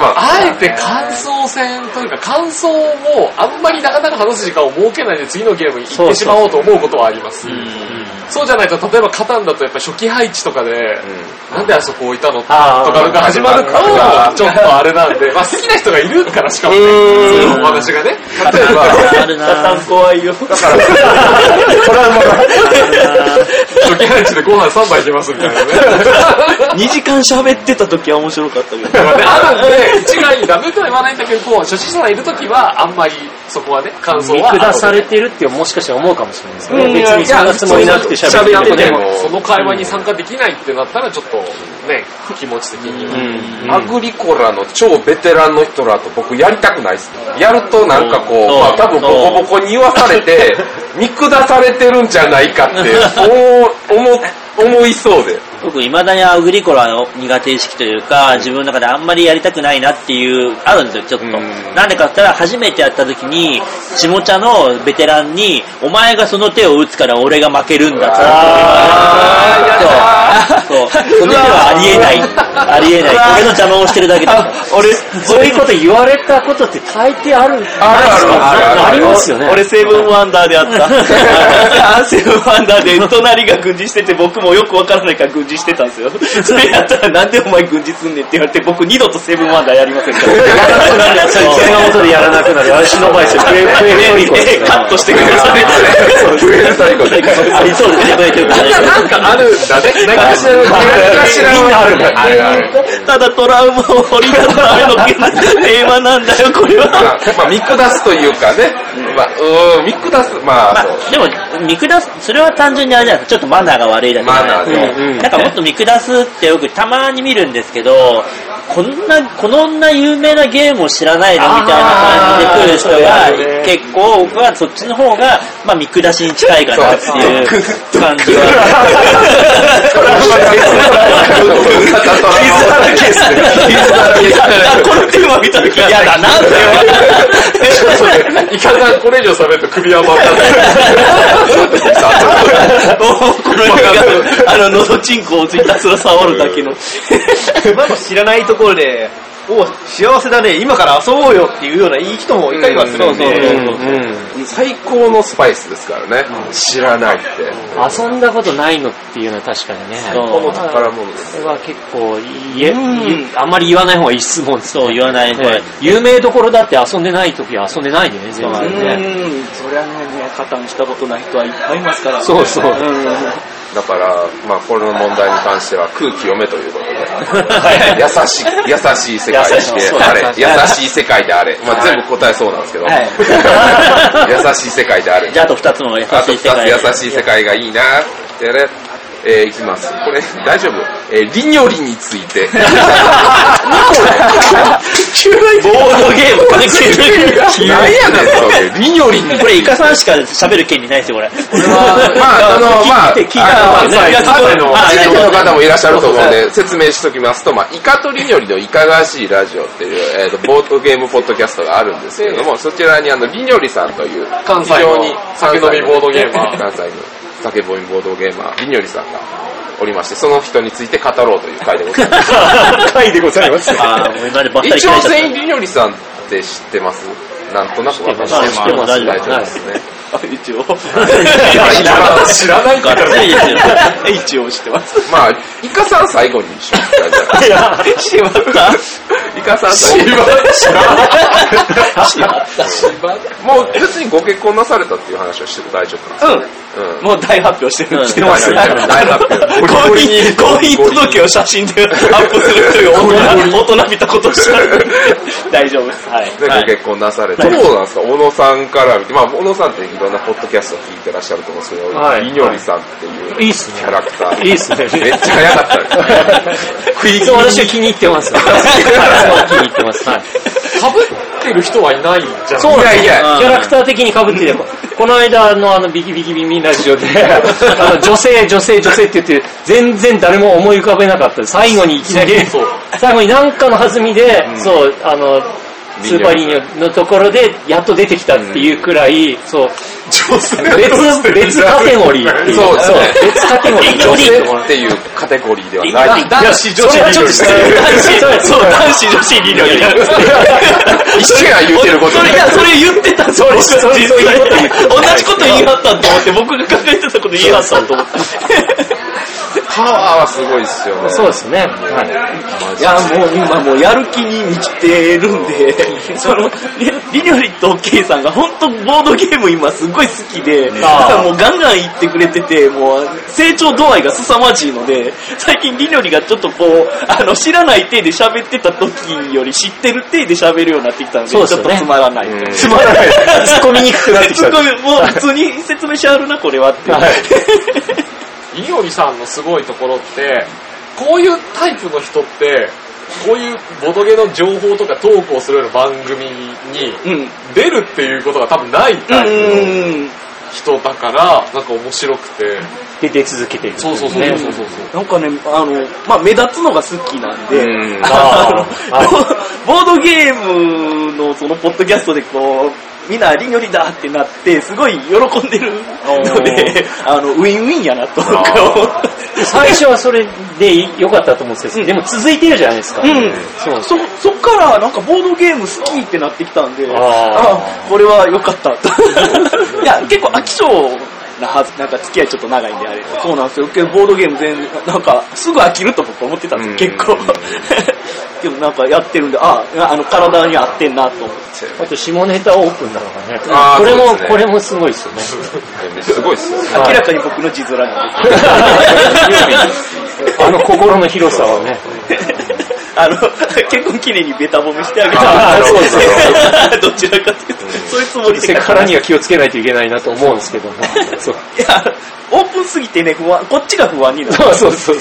S1: まあ、
S3: あえて感想戦というか、感想をあんまりなかなか話す時間を設けないで次のゲームに行ってしまおうと思うことはあります。そうじゃないと、例えばカタンだとやっぱ初期配置とかで、なんであそこ置いたのと
S4: あー
S3: かが始まるか
S1: あ
S3: ら、ちょっとあれなんで、まあ好きな人がいるからしかもね、そういうお話がね。例えば、
S2: あるなぁ。
S4: 怖 いよ。
S1: これは
S3: 初期配置でご飯3杯いけますみたいな ね。
S7: 2時間喋ってた時は面白かったけど。
S3: あるんで、一概にダメとは言わないんだけど、こう、初心者がいるときは、あんまり、そこはね、感想
S4: 見
S3: は。
S4: 下されてるってもしかしたら 思うかもしれないです
S1: う
S4: ね。
S1: ん
S4: 別にそんなつもりなくて喋
S3: 喋っ
S4: っ
S3: て
S4: て
S3: て
S4: て
S3: も
S4: も。
S3: その会話に参加できないってなったら、ちょっと、ね、気持ち的に。
S1: まあアグリコラの超ベテランの人らと僕やりたくないっす。やるとなんかこう、まあ多分ボコボコに言わされて、見下されてるんじゃないかって、思う、思、思いそうで。
S2: 僕、未だにアグリコラの苦手意識というか、自分の中であんまりやりたくないなっていう、あるんですよ、ちょっと。
S1: ん
S2: なんでかって言ったら、初めてやった時に、下茶のベテランに、お前がその手を打つから俺が負けるんだって。そう。そう。その手はありえない。ありえない。俺の邪魔をしてるだけだ。
S4: 俺、 そういうこと言われたことって大抵ある。
S1: あるあるあるある
S4: あります よね。
S7: 俺、セブンワンダーで あった。セブンワンダーで、隣が軍事してて、僕もよくわからないから軍事してたんですよ。それやったら、なんでお前軍事すんねんって言われて、僕二度とセブンワンダーやりませんか
S4: そ
S7: ら。
S4: れそんなことでやらなくなる。私の場合 ですよ。プエプエルトリコですね
S7: カットしてください。
S1: プエルトリコで。
S2: ありそうですね、言われてるからね。
S3: なんかあるんだね。なんか知らない
S1: みんなあるあるある。
S7: ただトラウマを掘り出すためのテーマなんだよ、これは。
S1: まあ、まあ見下すというかね、まあ、うーん、見下す、まあ、そう
S2: でも、見下す、それは単純にあれじゃないですか、ちょっとマナーが悪いだけじゃないですか。
S1: マナーね
S2: うんなんかもっと見下すってよくたまに見るんですけど、こんな、こんな有名なゲームを知らないのみたいな感じで来る人が、結構僕はそっちの方が、まあ見下しに近いかなっていう感じ
S1: は。傷だらけですね。傷だらけですね。
S7: このテーマ見た時嫌だなって
S3: いかがこれ以上喋ると首は回らない。
S7: あの、喉チンコをついたすら触るだけの。
S10: まだ知らないところで、おう幸せだね、今から遊ぼうよっていうようないい人もいたりはするので、
S1: 最高のスパイスですからね。知らないって。
S4: 遊んだことないのっていうのは確かにね。
S1: この宝物です。
S4: それは結構言え、言えあんまり言わない方がいい質問です、ね。
S2: そう、言わない声。
S4: ね有名どころだって遊んでない時は遊んでないんだよね、全
S2: そう
S4: 然ね。
S7: うん、そりゃね、加担したことない人はいっぱいいますから。
S4: そうそう。
S1: だから、まあ、これの問題に関しては空気読めということで。優しい、優しい世界でして、あれ、優しい世界であれ。まあ、全部答えそうなんですけど。 優しい世界であれ
S2: じ。ゃああと2つも優し
S1: あと
S2: い
S1: 2つ
S2: 世界。
S1: 優しい世界がいいなってね。えー、いきます。これ、大丈夫えー、りにょりについて。
S7: ボードゲーム、金切る。
S1: 何やねん、それ。りにょりに。
S2: これ、イカさんしか喋る権利ないですよ、これ。
S1: まあ、あの、まあ、あ
S7: 聞いて聞いて
S1: の、まあ、
S7: 聞いて
S1: あの、
S7: あ
S1: 初めての方もいらっしゃると思うんで、説明しときますと、まあ、イカとりにょりのいかがわしいラジオっていう、えっと、ボードゲームポッドキャストがあるんですけれども、そちらにあの、りにょりさんという、
S3: 関西
S1: 非常
S3: の
S1: に
S3: 酒飲みボードゲーマー
S1: 関西の酒飲みボードゲーマー、りにょりさんがおりまして、その人について語ろうという回でございます。回でございます。
S2: ああ、今までばったり
S1: 一
S2: 聞
S1: 応
S2: かれちゃった
S1: 全員りにょりさんって知ってますなんとなく私
S2: 知ってます
S1: 大丈夫ですね。
S7: 一応。
S1: 知らないから
S2: がっつりですよ。
S7: 一応してます。
S1: まあ、イカさん最後にしました
S7: いや、してまった。
S1: イカさん最後に。もう別にご結婚なされたっていう話をしても大丈夫なんですよね。うん。
S7: もう大発表してる。
S2: うん
S7: してます。
S1: 大発表
S7: 婚姻、婚姻届を写真でアップするという大人、大人びたことをしたんで。 大丈夫です。はい。
S1: で、ご結婚なされて。どうなんですか小野さんから見て、まあ、小野さんっていろんなポッドキャストを聞いてらっしゃると思うんですけど、
S4: はい
S1: いにょりさんっていう
S4: い
S1: キ
S4: いっすね
S1: ャラクター。
S4: いいっすね
S1: めっちゃ早かったですね。食い気味に
S4: 私は気に入ってます。はい気に入ってます。はい
S3: かぶってる人はいないんじゃん。
S1: そうなんですよいやいや
S4: キャラクター的に被ってれば。この間のあのビキビキビミラジオで、あの女性、女性、女性って言って、全然誰も思い浮 かべなかったです最後にいきなり、最後になんかの弾みで、そう、あの、
S7: スーパーリーニョのところでやっと出てきたっていうくらい、そう、別、別カテゴリーっていう。
S1: そうですね
S7: 別カテゴリー。
S1: 女性っていうカテゴリーではない。
S7: 男子女子緑。そう、男子女子緑。
S1: 一緒や言うてること
S2: それ、いや、それ言ってた、それ、実際。同じこと言い張ったと思って、僕が考えてたこと言い張ったと思って。
S1: パワーはすごいっすよね。
S7: そうですね。はい
S2: や、もう今もうやる気に満ちてるん で、その、りりょりとケイさんが本当ボードゲーム今すごい好きで、だからもうガンガン行ってくれてて、もう成長度合いが凄まじいので、 最近りりょりがちょっとこう、あの、知らない手で喋ってた時より知ってる手で喋るようになってきたんで、
S7: そうで
S2: ち
S7: す
S2: ょ
S7: よ
S2: っ
S7: ね
S2: とつまらない。
S1: うん
S7: つまらない。突っ込みにくくなってき
S2: す
S7: た。
S2: ごい、もう普通に説明しはるな、これはって。
S3: いおりさんのすごいところって、こういうタイプの人って、こういうボトゲの情報とかトークをするような番組に
S2: うん。
S3: 出るっていうことが多分ないタイプの
S2: うん。
S3: 人だから、なんか面白くて。
S7: 出て続けてる。
S3: そうそうそうそうそうそう。
S2: なんかね、あの、まあ、目立つのが好きなんで、
S1: うん
S2: あの
S7: あ
S2: ボードゲームのそのポッドキャストでこう、みんなリンよりだってなって、すごい喜んでるので、あの、ウィンウィンやなと僕は
S7: 最初はそれで良かったと思うんですけど、でも続いてるじゃないですか。
S2: 思う。うん。
S7: そう
S2: そ、そっからなんかボードゲーム好きってなってきたんで、
S7: あ
S2: あこれは良かった。いや、結構飽き性なはず、なんか付き合いちょっと長いんであれ。そうなんですよ。けどボードゲーム全然、なんかすぐ飽きると僕は思ってたんですよ、結構
S1: うん。
S2: けどなんかやってるんで、あ、あの体に合ってんなと思って。
S7: あと下ネタオープンなのかね。
S1: あー
S7: これ
S1: そう
S7: も、
S1: ですね
S7: これもすごいですよね。
S1: すごいっすよね。
S2: 明らかに僕の字面に。
S7: あの心の広さはね。
S2: あの、結婚記念にベタ褒めしてあげ
S7: あー そうそう
S2: た。どちらかというと、そういうつもり
S7: せ
S2: で。
S7: からには気をつけないといけないなと思うんですけども。そう
S2: いや、オープンすぎてね、不安、こっちが不安になる。
S7: そうそうそう。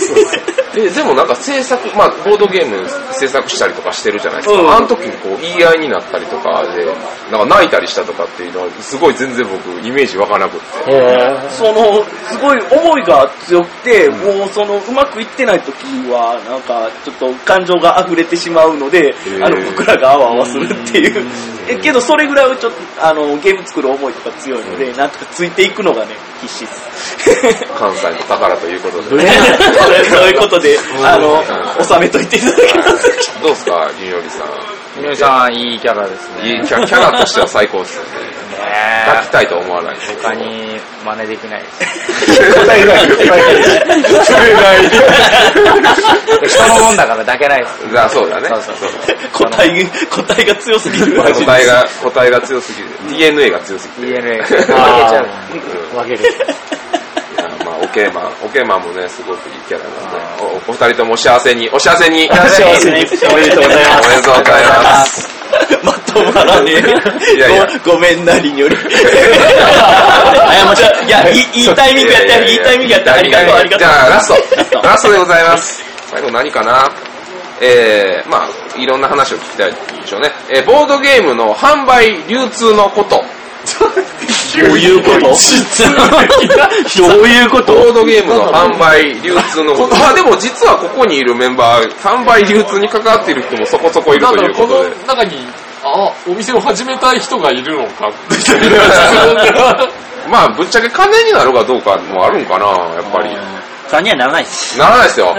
S1: ででもなんか制作、まあ、ボードゲーム制作したりとかしてるじゃないですか、
S2: うん
S1: あの時にこう言い合いになったりとかでなんか泣いたりしたとかっていうのはすごい全然僕イメージわからなくって
S7: へー
S2: その、すごい思いが強くて、もうその、うまくいってない時は、なんか、ちょっと感情が溢れてしまうので、
S1: ー
S2: あの、僕らがあわあわするっていう。えけど、それぐらいはちょっと、あの、ゲーム作る思いとか強いので、なんとかついていくのがね、必死です。
S1: 関西の宝ということで、
S2: そういうことで、 あの、収めといていただけますか
S1: どうですかゆうよりさん
S12: みのりさん、いいキャラですね。
S1: いいキャキャラとしては最高ですよね泣きたいと思わない
S12: 他に真似できないです。
S1: 答えない答えない
S12: 人のもんだから抱けないです。
S1: だそうだね
S12: そうそうそう。
S2: 個体、個体が強すぎる。
S1: 答えが答えが強すぎる DNA が強すぎる
S12: DNA が。
S7: あ
S1: うん
S7: ー分ける。
S1: まあ、オケーマン、オケーマンもね、すごくいいキャラなんで、おお二人ともお幸せに、お幸せに、お幸
S7: せにおめでとうございます
S1: おめでとうございます。
S2: まとまらねえ。
S1: いやいや
S2: ごごめんなりにより。謝っちゃう。いや、いいいいタイミングやったよ。いいタイミングやったよ。ありがとう、ありがと
S1: じ
S2: う。
S1: ゃあ、ラスト。ラストでございます。最後何かなえー、まあいろんな話を聞きたいでしょうね。えー、ボードゲームの販売、流通のこと。
S7: どういうことどういうこと
S1: ボードゲームの販売、流通のこと。まあでも実はここにいるメンバー、販売、流通に関わっている人もそこそこいる
S3: なん
S1: と
S3: だ
S1: い
S3: ろ
S1: う
S3: う、こ
S1: ことで
S3: の。中に、あ、お店を始めたい人がいるのかみたい な質問が。
S1: まあぶっちゃけ金になるかどうかもあるんかな、やっぱり。
S13: 他にはならないです。
S1: ならないですよ。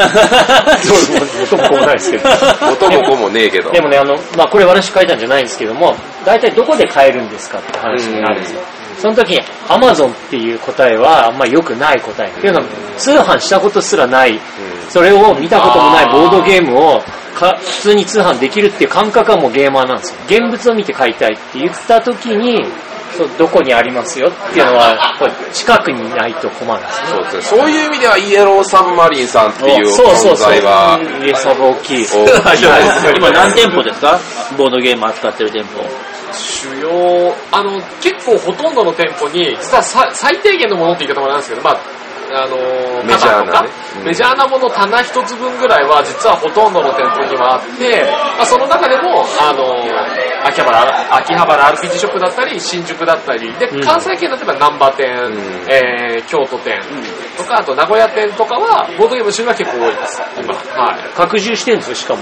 S7: 元も子もないですけど。
S1: 元も子もねえけど。
S7: でもね、あの、まあ、これ私書いたんじゃないんですけども、大体どこで買えるんですかって話になるんですよ。その時に、アマゾンっていう答えはあんま良くない答え。っていうのは、通販したことすらない、それを見たこともないボードゲームを、か普通に通販できるっていう感覚はもうゲーマーなんですよ。現物を見て買いたいって言った時に、そうどこにありますよっていう のは、こう近くにないと困るんですよ。
S1: そうですね。そういう意味では、イエローサブマリンさんっていう
S7: そうそ
S1: 存
S7: うそう。
S1: 在は、
S7: イエサブ大き
S1: 大きい
S7: い。
S1: です ね
S13: 今何店舗ですかボードゲーム扱ってる店舗。
S3: 主要、あの、結構ほとんどの店舗に、実はさ最低限のものって言い方もあれなんですけど、まあ、あの
S1: メジャーなね
S3: カバとか
S1: うん
S3: メジャーなもの棚一つ分ぐらいは実はほとんどの店舗にはあって、まあ、その中でも、あの秋葉原、秋葉原 RPG ショップだったり、新宿だったり、で、
S7: うん
S3: 関西圏だったら難波店、
S1: ん
S3: えー京都店とか、あと名古屋店とかは、ボードゲームの種類が結構多いです、今。はい。
S7: 拡充してるんですよ、しかも。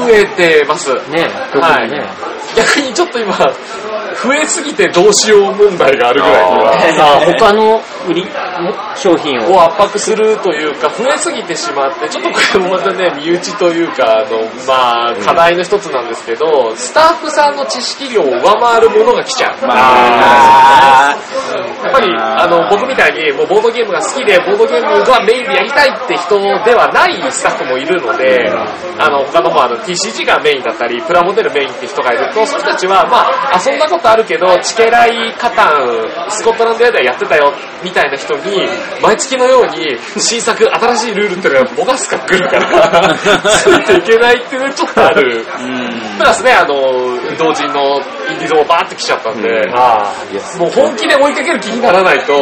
S3: 増えてます。
S4: ね、特
S3: は
S4: に
S3: い
S4: ね。
S3: 逆にちょっと今、増えすぎてどうしよう問題があるぐらいに
S4: さあ、他の売り、商品を。
S3: を圧迫するというか、増えすぎてしまって、ちょっとこれもまたね、身内というか、あの、まあ、課題の一つなんですけど、スタッフさんの知識量を上回るものが来ちゃう。やっぱり、あの、僕みたいに、もうボードゲームが好きで、ボードゲームがメインでやりたいって人ではないスタッフもいるので、あの、他のもあの、TCG がメインだったり、プラモデルメインって人がいると、その人たちは、まあ、遊んだことあるけど、チケライ、カタン、スコットランドヤードはやってたよ、みたいな人に、毎月のように、新作、新しいルールってのが、ボガスか来るから、ついていけないっていうのはちょっとある。プラスね、あの、同人のインディーズもバーって来ちゃったんで、もう本気で追いかける気にならないと、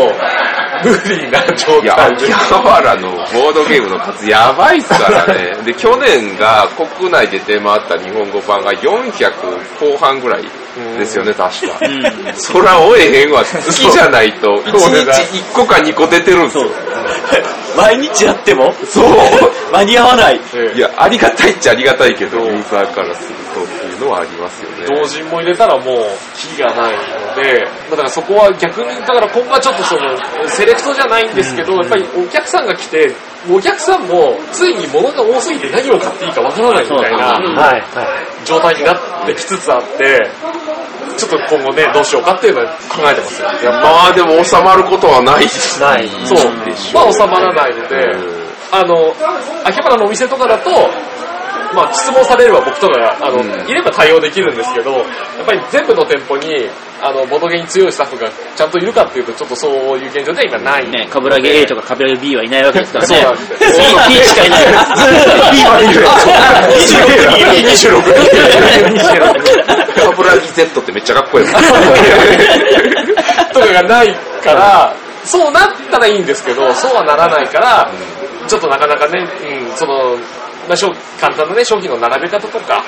S3: 無理な状
S1: いや、
S3: 態で
S1: 秋。葉原のボードゲームの数やばいっす からね。で、去年が国内で出回った日本語版が400後半ぐらいですよね、確か。そら追えへんわ。好きじゃないと、1日1個か2個出てるんですよ。
S7: 毎日やっても
S1: そう。
S7: 間に合わない。
S1: いや、ありがたいっちゃありがたいけど、ユーザーからするとっていうのはありますよね。
S3: 同人も入れたらもう、キリがないので、だからそこは逆に、だから今後はちょっとその、セレクトじゃないんですけど、やっぱりお客さんが来て、お客さんも、ついに物が多すぎて何を買っていいかわからないみたいな、
S4: はい、はい。
S3: 状態になってきつつあって、ちょっと今後ね、どうしようかっていうのは考えてますよ。
S1: いや、まあでも収まることはないし。
S4: ない。
S3: そう。まあ収まらないので、あの、秋葉原のお店とかだと、まあ質問されれば僕とかが、あの、いれば対応できるんですけど、やっぱり全部の店舗に、あの、ボトゲに強いスタッフがちゃんといるかっていうと、ちょっとそういう現状では今ない。
S2: ね、カブラゲ A とかカブラゲ B はいないわけですからね。
S3: そうなんです
S2: B, B しかいないです。
S1: カブラギ Z ってめっちゃかっこいいもん。
S3: とかがないから、そうなったらいいんですけど、そうはならないから、ちょっとなかなかね、うん、その、まあ、商簡単なね、商品の並べ方とか、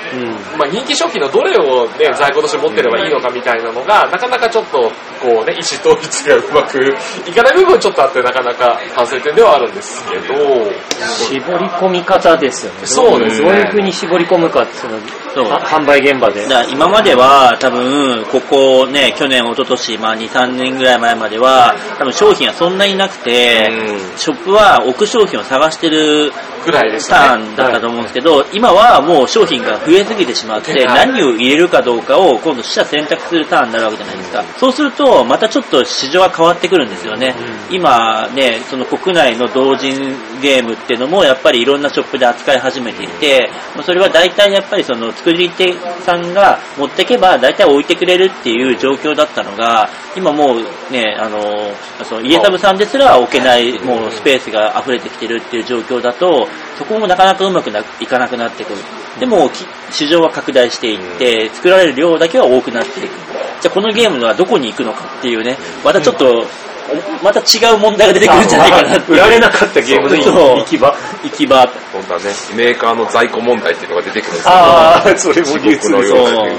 S3: まあ、人気商品のどれをね、在庫として持ってればいいのかみたいなのが、なかなかちょっと、こうね、意思統一がうまくいかない部分ちょっとあって、なかなか反省点ではあるんですけど、
S4: 絞り込み方ですよね。
S3: そうですね
S4: どういう風に絞り込むかっていう
S2: そう
S4: のは、販売現場で。
S2: だから今までは多分、ここね、去年、一昨年まあ2、3年ぐらい前までは、多分商品はそんなになくて、ショップは置く商品を探してる
S3: ぐらいで
S2: ス
S3: すね。
S2: ターンだったと思うんですけど、今はもう商品が増えすぎてしまって、
S3: はい
S2: 何を入れるかどうかを今度、死者選択するターンになるわけじゃないですか。そうすると、またちょっと市場が変わってくるんですよね。今ね、その国内の同人ゲームっていうのも、やっぱりいろんなショップで扱い始めていて、まあそれは大体やっぱりその作り手さんが持ってけば大体置いてくれるっていう状況だったのが、今もうね、あの、その家サブさんですら置けないもうスペースが溢れてきてるっていう状況だと、そこもなかなかうまくないかなくなってくる。でも、き市場は拡大していって、作られる量だけは多くなっていく。じゃあこのゲームはどこに行くのかっていうね、またちょっと、おまた違う問題が出てくるんじゃないかなっていう。
S4: 売られなかったゲームの
S2: そう
S4: 行き場。
S2: 行き場。
S1: 今度はね、メーカーの在庫問題っていうのが出てくるんですけど、
S4: ああ、それも
S1: 地
S4: 流
S1: 獄
S4: 通
S1: の
S4: です
S1: ような流通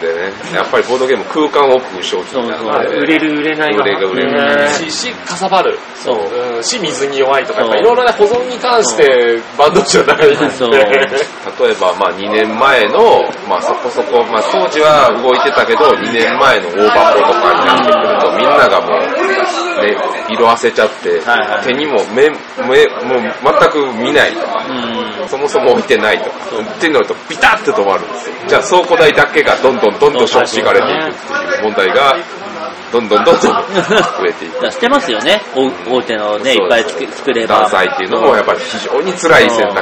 S1: でね、やっぱりボードゲーム空間を食う商品なので、
S4: 売れる売れない
S1: 売れが売れる
S4: ね
S3: し、し、かさばる。
S2: そう。
S3: うん、し、水に弱いとか、やっぱ
S2: そう
S3: いろいろな保存に関して、バンドじゃないんで。
S2: そう
S1: 例えば、まあ2年前の、まあそこそこ、まあ当時は動いてたけど、2年前の大箱とかになってくると、みんながもう、ね、色あせちゃって、
S2: はいはい
S1: 手にも目、目、もう全く見ないとか、
S2: うん。
S1: そもそも置いてないとか、っていうのとビタッて止まるんですよ。じゃあ倉庫代だけがどんどんどんどん消費がれていくっていう問題が、どんどんどんどん増えていく
S2: だ。から捨てますよね、お大手のね、
S1: そう
S2: いっぱい作作れば。
S1: 断裁っていうのもやっぱり非常に辛い選択。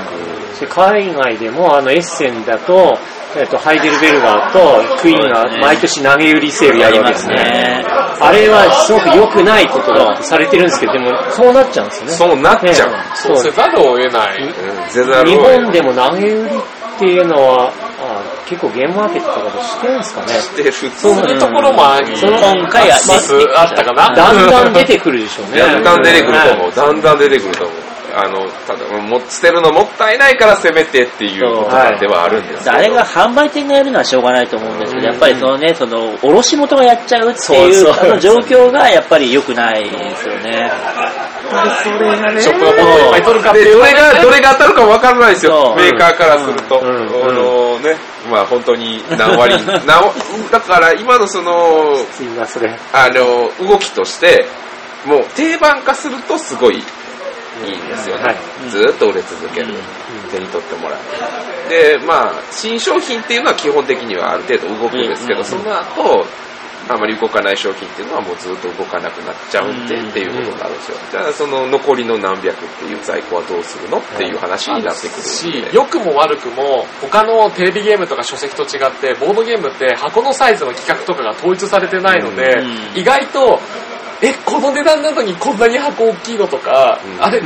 S4: で海外でも、あの、エッセンだと、えっと、ハイデルベルガーとクイーンが毎年投げ売りセールや
S2: や
S4: る
S2: り
S4: わけ
S2: ま
S4: です
S2: す
S4: ね。
S2: ね。
S4: あれはすごく良くないことだとされてるんですけど、でも、そうなっちゃうんですよね。
S1: そうなっちゃう
S4: ねそ
S3: そうせざるを得ない。
S1: うんゼザル
S4: 日
S1: を
S4: 本でも投げ売りっていうのは、あ結構ゲームマーケットとかでしてるんですかね。
S1: で普通
S4: そう
S1: に
S3: ところもあり、
S4: その
S2: 今回は
S3: まずあったかな。
S4: だんだん出てくるでしょうね。
S1: だんだん出てくると思う。だんだん出てくると思う。あの、ただ、もう捨てるのもったいないからせめてっていうことなんではあるんですけど。
S2: あれが販売店がやるのはしょうがないと思うんですけど、やっぱりそのね、その、卸元がやっちゃうっていう、あの状況がやっぱり良くないですよね。
S1: ショップがものをいっぱい取るかっていうどれが、どれが当たるか分からないですよ。メーカーからすると。あのね、まあ本当に何割、何割だから今のその、
S4: いな、それ。
S1: あの、動きとして、もう定番化するとすごいいいんですよね。
S4: はい
S1: ずーっと売れ続ける。手に取ってもらう。で、まあ、新商品っていうのは基本的にはある程度動くんですけど、その後、あまり動かない商品っていうのはもうずっと動かなくなっちゃうんでっていうことになるんですよ。じゃあその残りの何百っていう在庫はどうするのっていう話になってくる
S3: し
S1: んで。、
S3: 良くも悪くも、他のテレビゲームとか書籍と違って、ボードゲームって箱のサイズの企画とかが統一されてないので、
S2: うん
S3: 意外と、え、この値段なのにこんなに箱大きいのとか、
S1: うん
S3: あれ、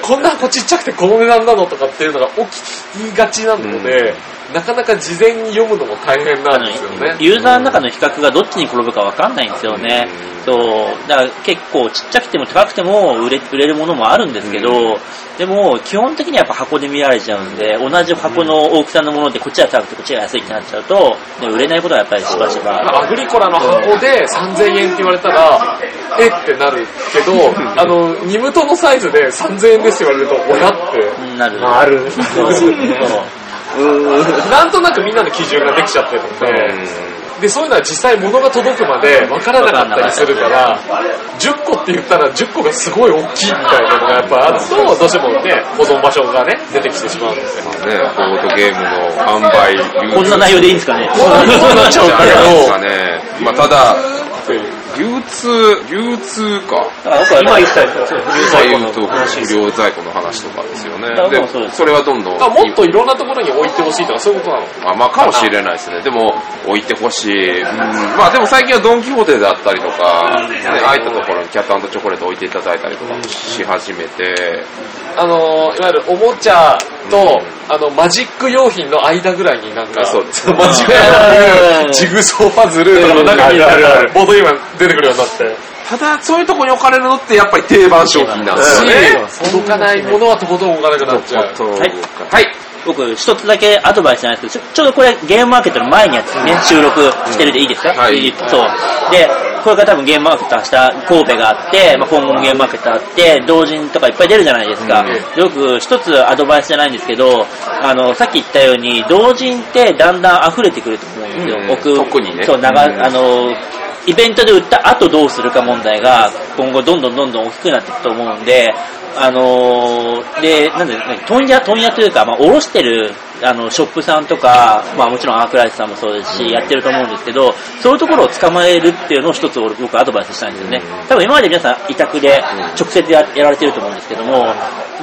S3: こんな箱ちっちゃくてこの値段なのとかっていうのが起きがちなので、なかなか事前に読むのも大変なんですよね。
S2: ユーザーの中の比較がどっちに転ぶか分かんないんですよね。そう。だから結構ちっちゃくても高くても売れ売れるものもあるんですけど、でも基本的にはやっぱ箱で見られちゃうんで、同じ箱の大きさのものでこっちが高くてこっちが安いってなっちゃうと、ね売れないことはやっぱりしばしば。
S3: アグリコラの箱で3000円って言われたら、えってなるけど、あの、ニムトのサイズで3000円ですって言われると、おやって。
S2: なる。
S4: ある。
S2: そうそう
S3: なんとなくみんなの基準ができちゃってるんで、で、そういうのは実際物が届くまで分からなかったりするから、10個って言ったら10個がすごい大きいみたいなのがやっぱあると、どうしてもね、保存場所がね、出てきてしまうんですよ。
S1: ね、ボードゲームの販売流通
S2: こんな内容でいいんですかね。
S3: そうなっちゃう
S1: あ
S3: か
S1: れ
S3: ら
S1: なんですかね。まあ、ただ、流通、流通か。
S2: 今言った
S1: 流通と不良在庫の話とかですよね。
S2: からそうで
S1: で、
S2: す
S1: それはどんどん。
S3: あもっといろんなところに置いてほしいとかそういうことなの
S1: あまあ、かもしれないですね。でも、置いてほしい。うんまあ、でも最近はドン・キホーテだったりとか、ね、ああいったところにキャットチョコレート置いていただいたりとかし始めて、
S3: あのーいわゆるおもちゃと、あの、マジック用品の間ぐらいになんか、
S1: そうです
S3: その マジック用品ジグソーパズルとかの中に、ボードゲームが出てくるようになって。
S1: ただ、そういうとこに置かれるのってやっぱり定番商品なんですよね。
S3: 届かないものはとことん置かなくなっちゃう。
S1: はい
S2: はい。僕、一つだけアドバイスじゃないですけど、ちょちょうどこれ、ゲームマーケットの前にやってね、収録してるでいいですか、
S1: はい
S2: えーっとで、これから多分ゲームマーケット明日、神戸があって、まあ、今後もゲームマーケットあって、同人とかいっぱい出るじゃないですか。で僕、一つアドバイスじゃないんですけど、あの、さっき言ったように、同人ってだんだん溢れてくると思うんですよ。
S1: うん
S2: 僕、
S1: 特にね
S2: そう、長、
S1: うん
S2: あの、イベントで売った後どうするか問題が今後どんどんどんどん大きくなっていくと思うんで、あのーで、なんで、問屋、問屋というか、まあ、卸してる、あの、ショップさんとか、まあ、もちろんアークライスさんもそうですし、やってると思うんですけど、そういうところを捕まえるっていうのを一つ俺僕アドバイスしたいんですよね。多分今まで皆さん委託で直接ややられてると思うんですけども、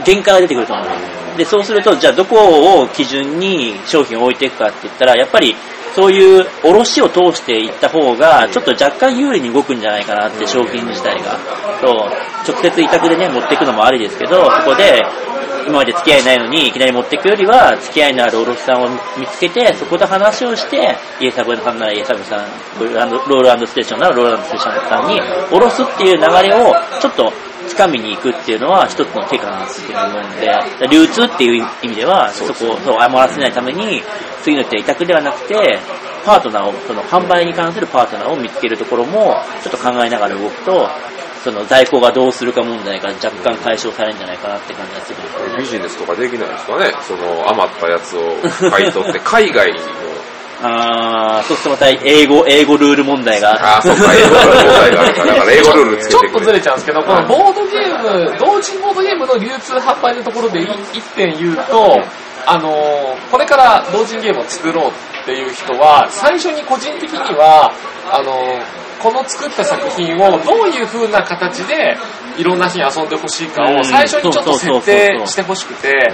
S2: 限界が出てくると思うんです。で、そうすると、じゃあどこを基準に商品を置いていくかって言ったら、やっぱり、そういう卸を通していった方が、ちょっと若干有利に動くんじゃないかなって、商品自体が。そう、直接委託でね、持っていくのもありですけど、そこで、今まで付き合いないのに、いきなり持っていくよりは、付き合いのある卸さんを見つけて、そこで話をして、イエサブさんならイエサブさん、ロールステーションならロールステーションさんに、卸すっていう流れを、ちょっと、掴みに行くっていうのは一つの手かなっていうふうに思うんで、流通っていう意味では、そこをそう余らせないために、次の手は委託ではなくて、パートナーを、その販売に関するパートナーを見つけるところも、ちょっと考えながら動くと、その在庫がどうするか問題が若干解消されるんじゃないかなって感じがするんですよね。
S1: ビジネスとかできないですかね。その余ったやつを買い取って、海外にも。
S2: あー、そうするとまた英語、英語ルール問題が。
S1: ああ、そうか、英語ルール問題があるから、だから英語ルールつ
S3: ち
S1: け
S3: ょ
S1: て
S3: っ
S1: く
S3: と
S1: れ
S3: ずれちゃうんですけど、このボードゲーム、同時ボードゲームの流通販売のところでい一点言うと、あのーこれから同人ゲームを作ろうっていう人は、最初に個人的には、あのーこの作った作品をどういう風な形でいろんな人に遊んでほしいか
S2: うん
S3: を最初にちょっ
S2: そうそ
S3: と
S2: うそう
S3: 設
S2: そう
S3: 定してほしくて、例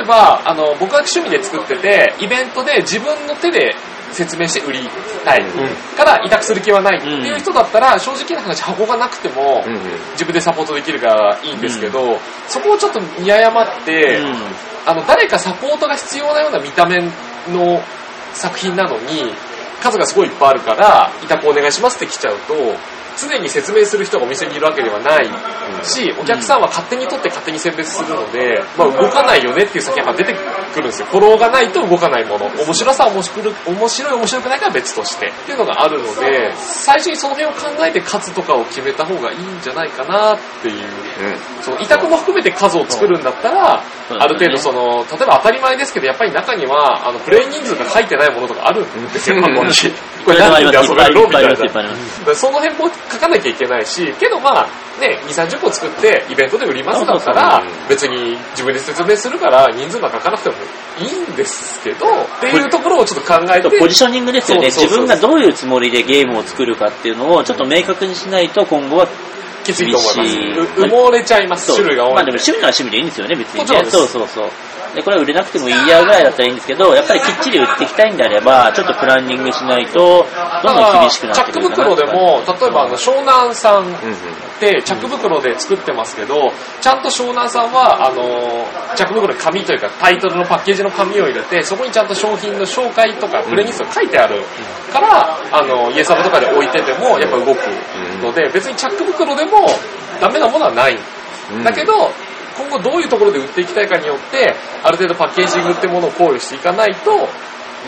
S3: えば、あの、僕は趣味で作ってて、イベントで自分の手で説明して売りたい、から委託する気はないっていう人だったら、正直な話箱がなくても、
S1: うんうん
S3: 自分でサポートできるからいいんですけど、そこをちょっと見誤って、あの誰かサポートが必要なような見た目の作品なのに数がすごいいっぱいあるから委託お願いしますって来ちゃうと常に説明する人がお店にいるわけではないし、お客さんは勝手に取って勝手に選別するので、まあ、動かないよねっていう先が出てくるんですよ。フォローがないと動かないもの。面白さは面白く、面白い面白くないかは別として。っていうのがあるので、最初にその辺を考えて数とかを決めた方がいいんじゃないかなっていう。その委託も含めて数を作るんだったら、ある程度その、例えば当たり前ですけど、やっぱり中には、あの、プレイ人数が書いてないものとかあるんです よ、過去に。これ何人で遊べるのみたいな。その辺も書かなきゃいけないし、けどまあ、ね、2、30個作ってイベントで売りますだったら、別に自分で説明するから人数が書かなくてもいいんですけど、っていうところをちょっと考えて。
S2: ポジショニングですよね。
S3: そう
S2: 自
S3: そうそ
S2: 分
S3: う
S2: がどういうつもりでゲームを作るかっていうのをちょっと明確にしないと今後は
S3: きついと思います。う
S2: 厳し
S3: 埋
S2: い
S3: もれちゃいます、
S2: そう
S3: 種類が多い。
S2: まあでも趣味なら趣味でいいんですよね、別に
S3: もちろん
S2: ね。
S3: です
S2: そうそうそう。で、これは売れなくてもいいやぐらいだったらいいんですけど、やっぱりきっちり売っていきたいんであれば、ちょっとプランニングしないと、どんどん厳しくなって
S3: チャッ
S2: くる
S3: ク
S2: かな
S3: 袋
S2: と
S3: で
S2: か
S3: も、例えばあの湘南さんって、チャック袋で作ってますけど、ちゃんと湘南さんは、あの、チャック袋に紙というか、タイトルのパッケージの紙を入れて、そこにちゃんと商品の紹介とか、プレニストが書いてあるから、あの、イエサブとかで置いてても、やっぱ動くので、別にチャック袋でも、ダメなものはない。だけど、今後どういうところで売っていきたいかによって、ある程度パッケージングってものを考慮していかないと、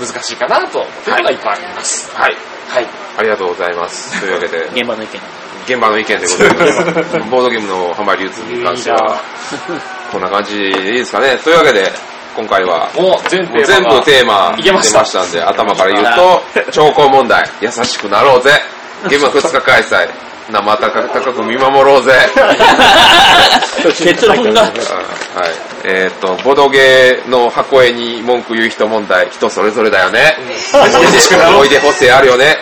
S3: 難しいかなと、というのがいっぱいあります。
S1: はい。
S3: はい。
S1: ありがとうございます。というわけで、
S2: 現場の意見。
S1: 現場の意見でございます。ボードゲームの販売流通に関しては、こんな感じでいいですかね。というわけで、今回は、
S3: もう全
S1: もう全部テーマ出
S3: いけ
S1: ま
S3: ま
S1: し
S3: したた
S1: んで、頭から言うと、兆候問題、優しくなろうぜ。ゲームは2日開催。生高く見守ろうぜ。
S2: 結論が。
S1: あはい。えっ、と、ボドゲーの箱絵に文句言う人問題、人それぞれだよね。思い出補正あるよね。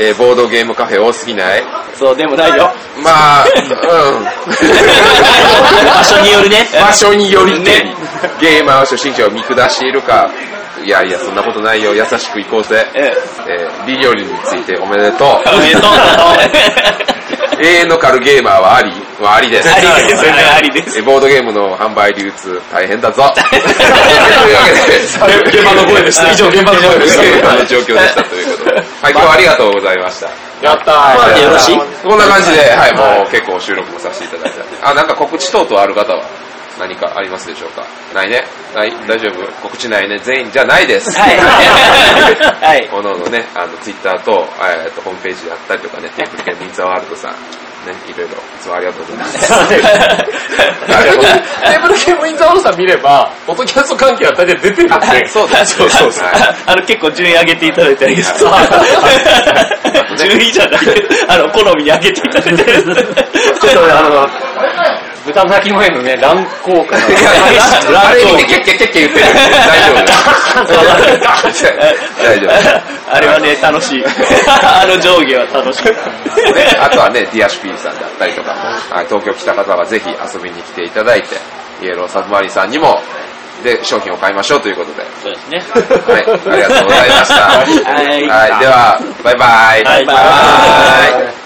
S1: えーボードゲームカフェ多すぎない
S7: そう、でもないよ。
S1: まあ、 うん。
S2: 場所によるね。
S1: 場所によりね、ゲーマーは初心者を見下しているか、いやいや、そんなことないよ、優しくいこうぜ。えー、利料理についておめでと う。
S7: おめでとう。
S1: 永遠の狩るゲーマーはありはありです。
S7: ありです。ありです。
S1: えボードゲームの販売流通大変だぞ。 というわけで、現場の声でした。以上、現場の声でした。現場の状況でしたということで。はい、今日はありがとうございました。
S3: やったー。
S1: はいこんな感じで、はい、もう結構収録もさせていただいた。あ、なんか告知等々ある方は何かありますでしょうかないねない大丈夫告知ないね全員じゃないです。
S7: はい。はい。
S1: おのおのね、あの、ツイッターと、えっと、ホームページであったりとかね、テープリケンミンザワールドさん、ね、いろいろ、いつもありがとうござい ます。ありがとうございます。
S3: テーブルゲームインザワールドさん見れば、ポッドキャスト関係は大体出てるんで、
S1: そうです。そうそうそう。
S7: あの、結構順位上げていただいてありがとう。 順位じゃないあの、好みに上げていただいて。
S4: ちょっとねあの、豚の鳴き声のね、乱高下
S1: いやあれ見て、ケッケッケッケッ言ってる。大丈夫。大丈夫。
S7: あれはね、楽 しい。あの上下は楽しい。
S1: ね、あとはね、ディアシュピーさんだったりとか、はい、東京来た方はぜひ遊びに来ていただいて、イエローサフマリンさんにも、で、商品を買いましょうということで。
S2: そうですね。
S1: はい、ありがとうございました。
S2: はい
S1: はい、では、バイバイ。
S2: はいバイバイ
S1: バイ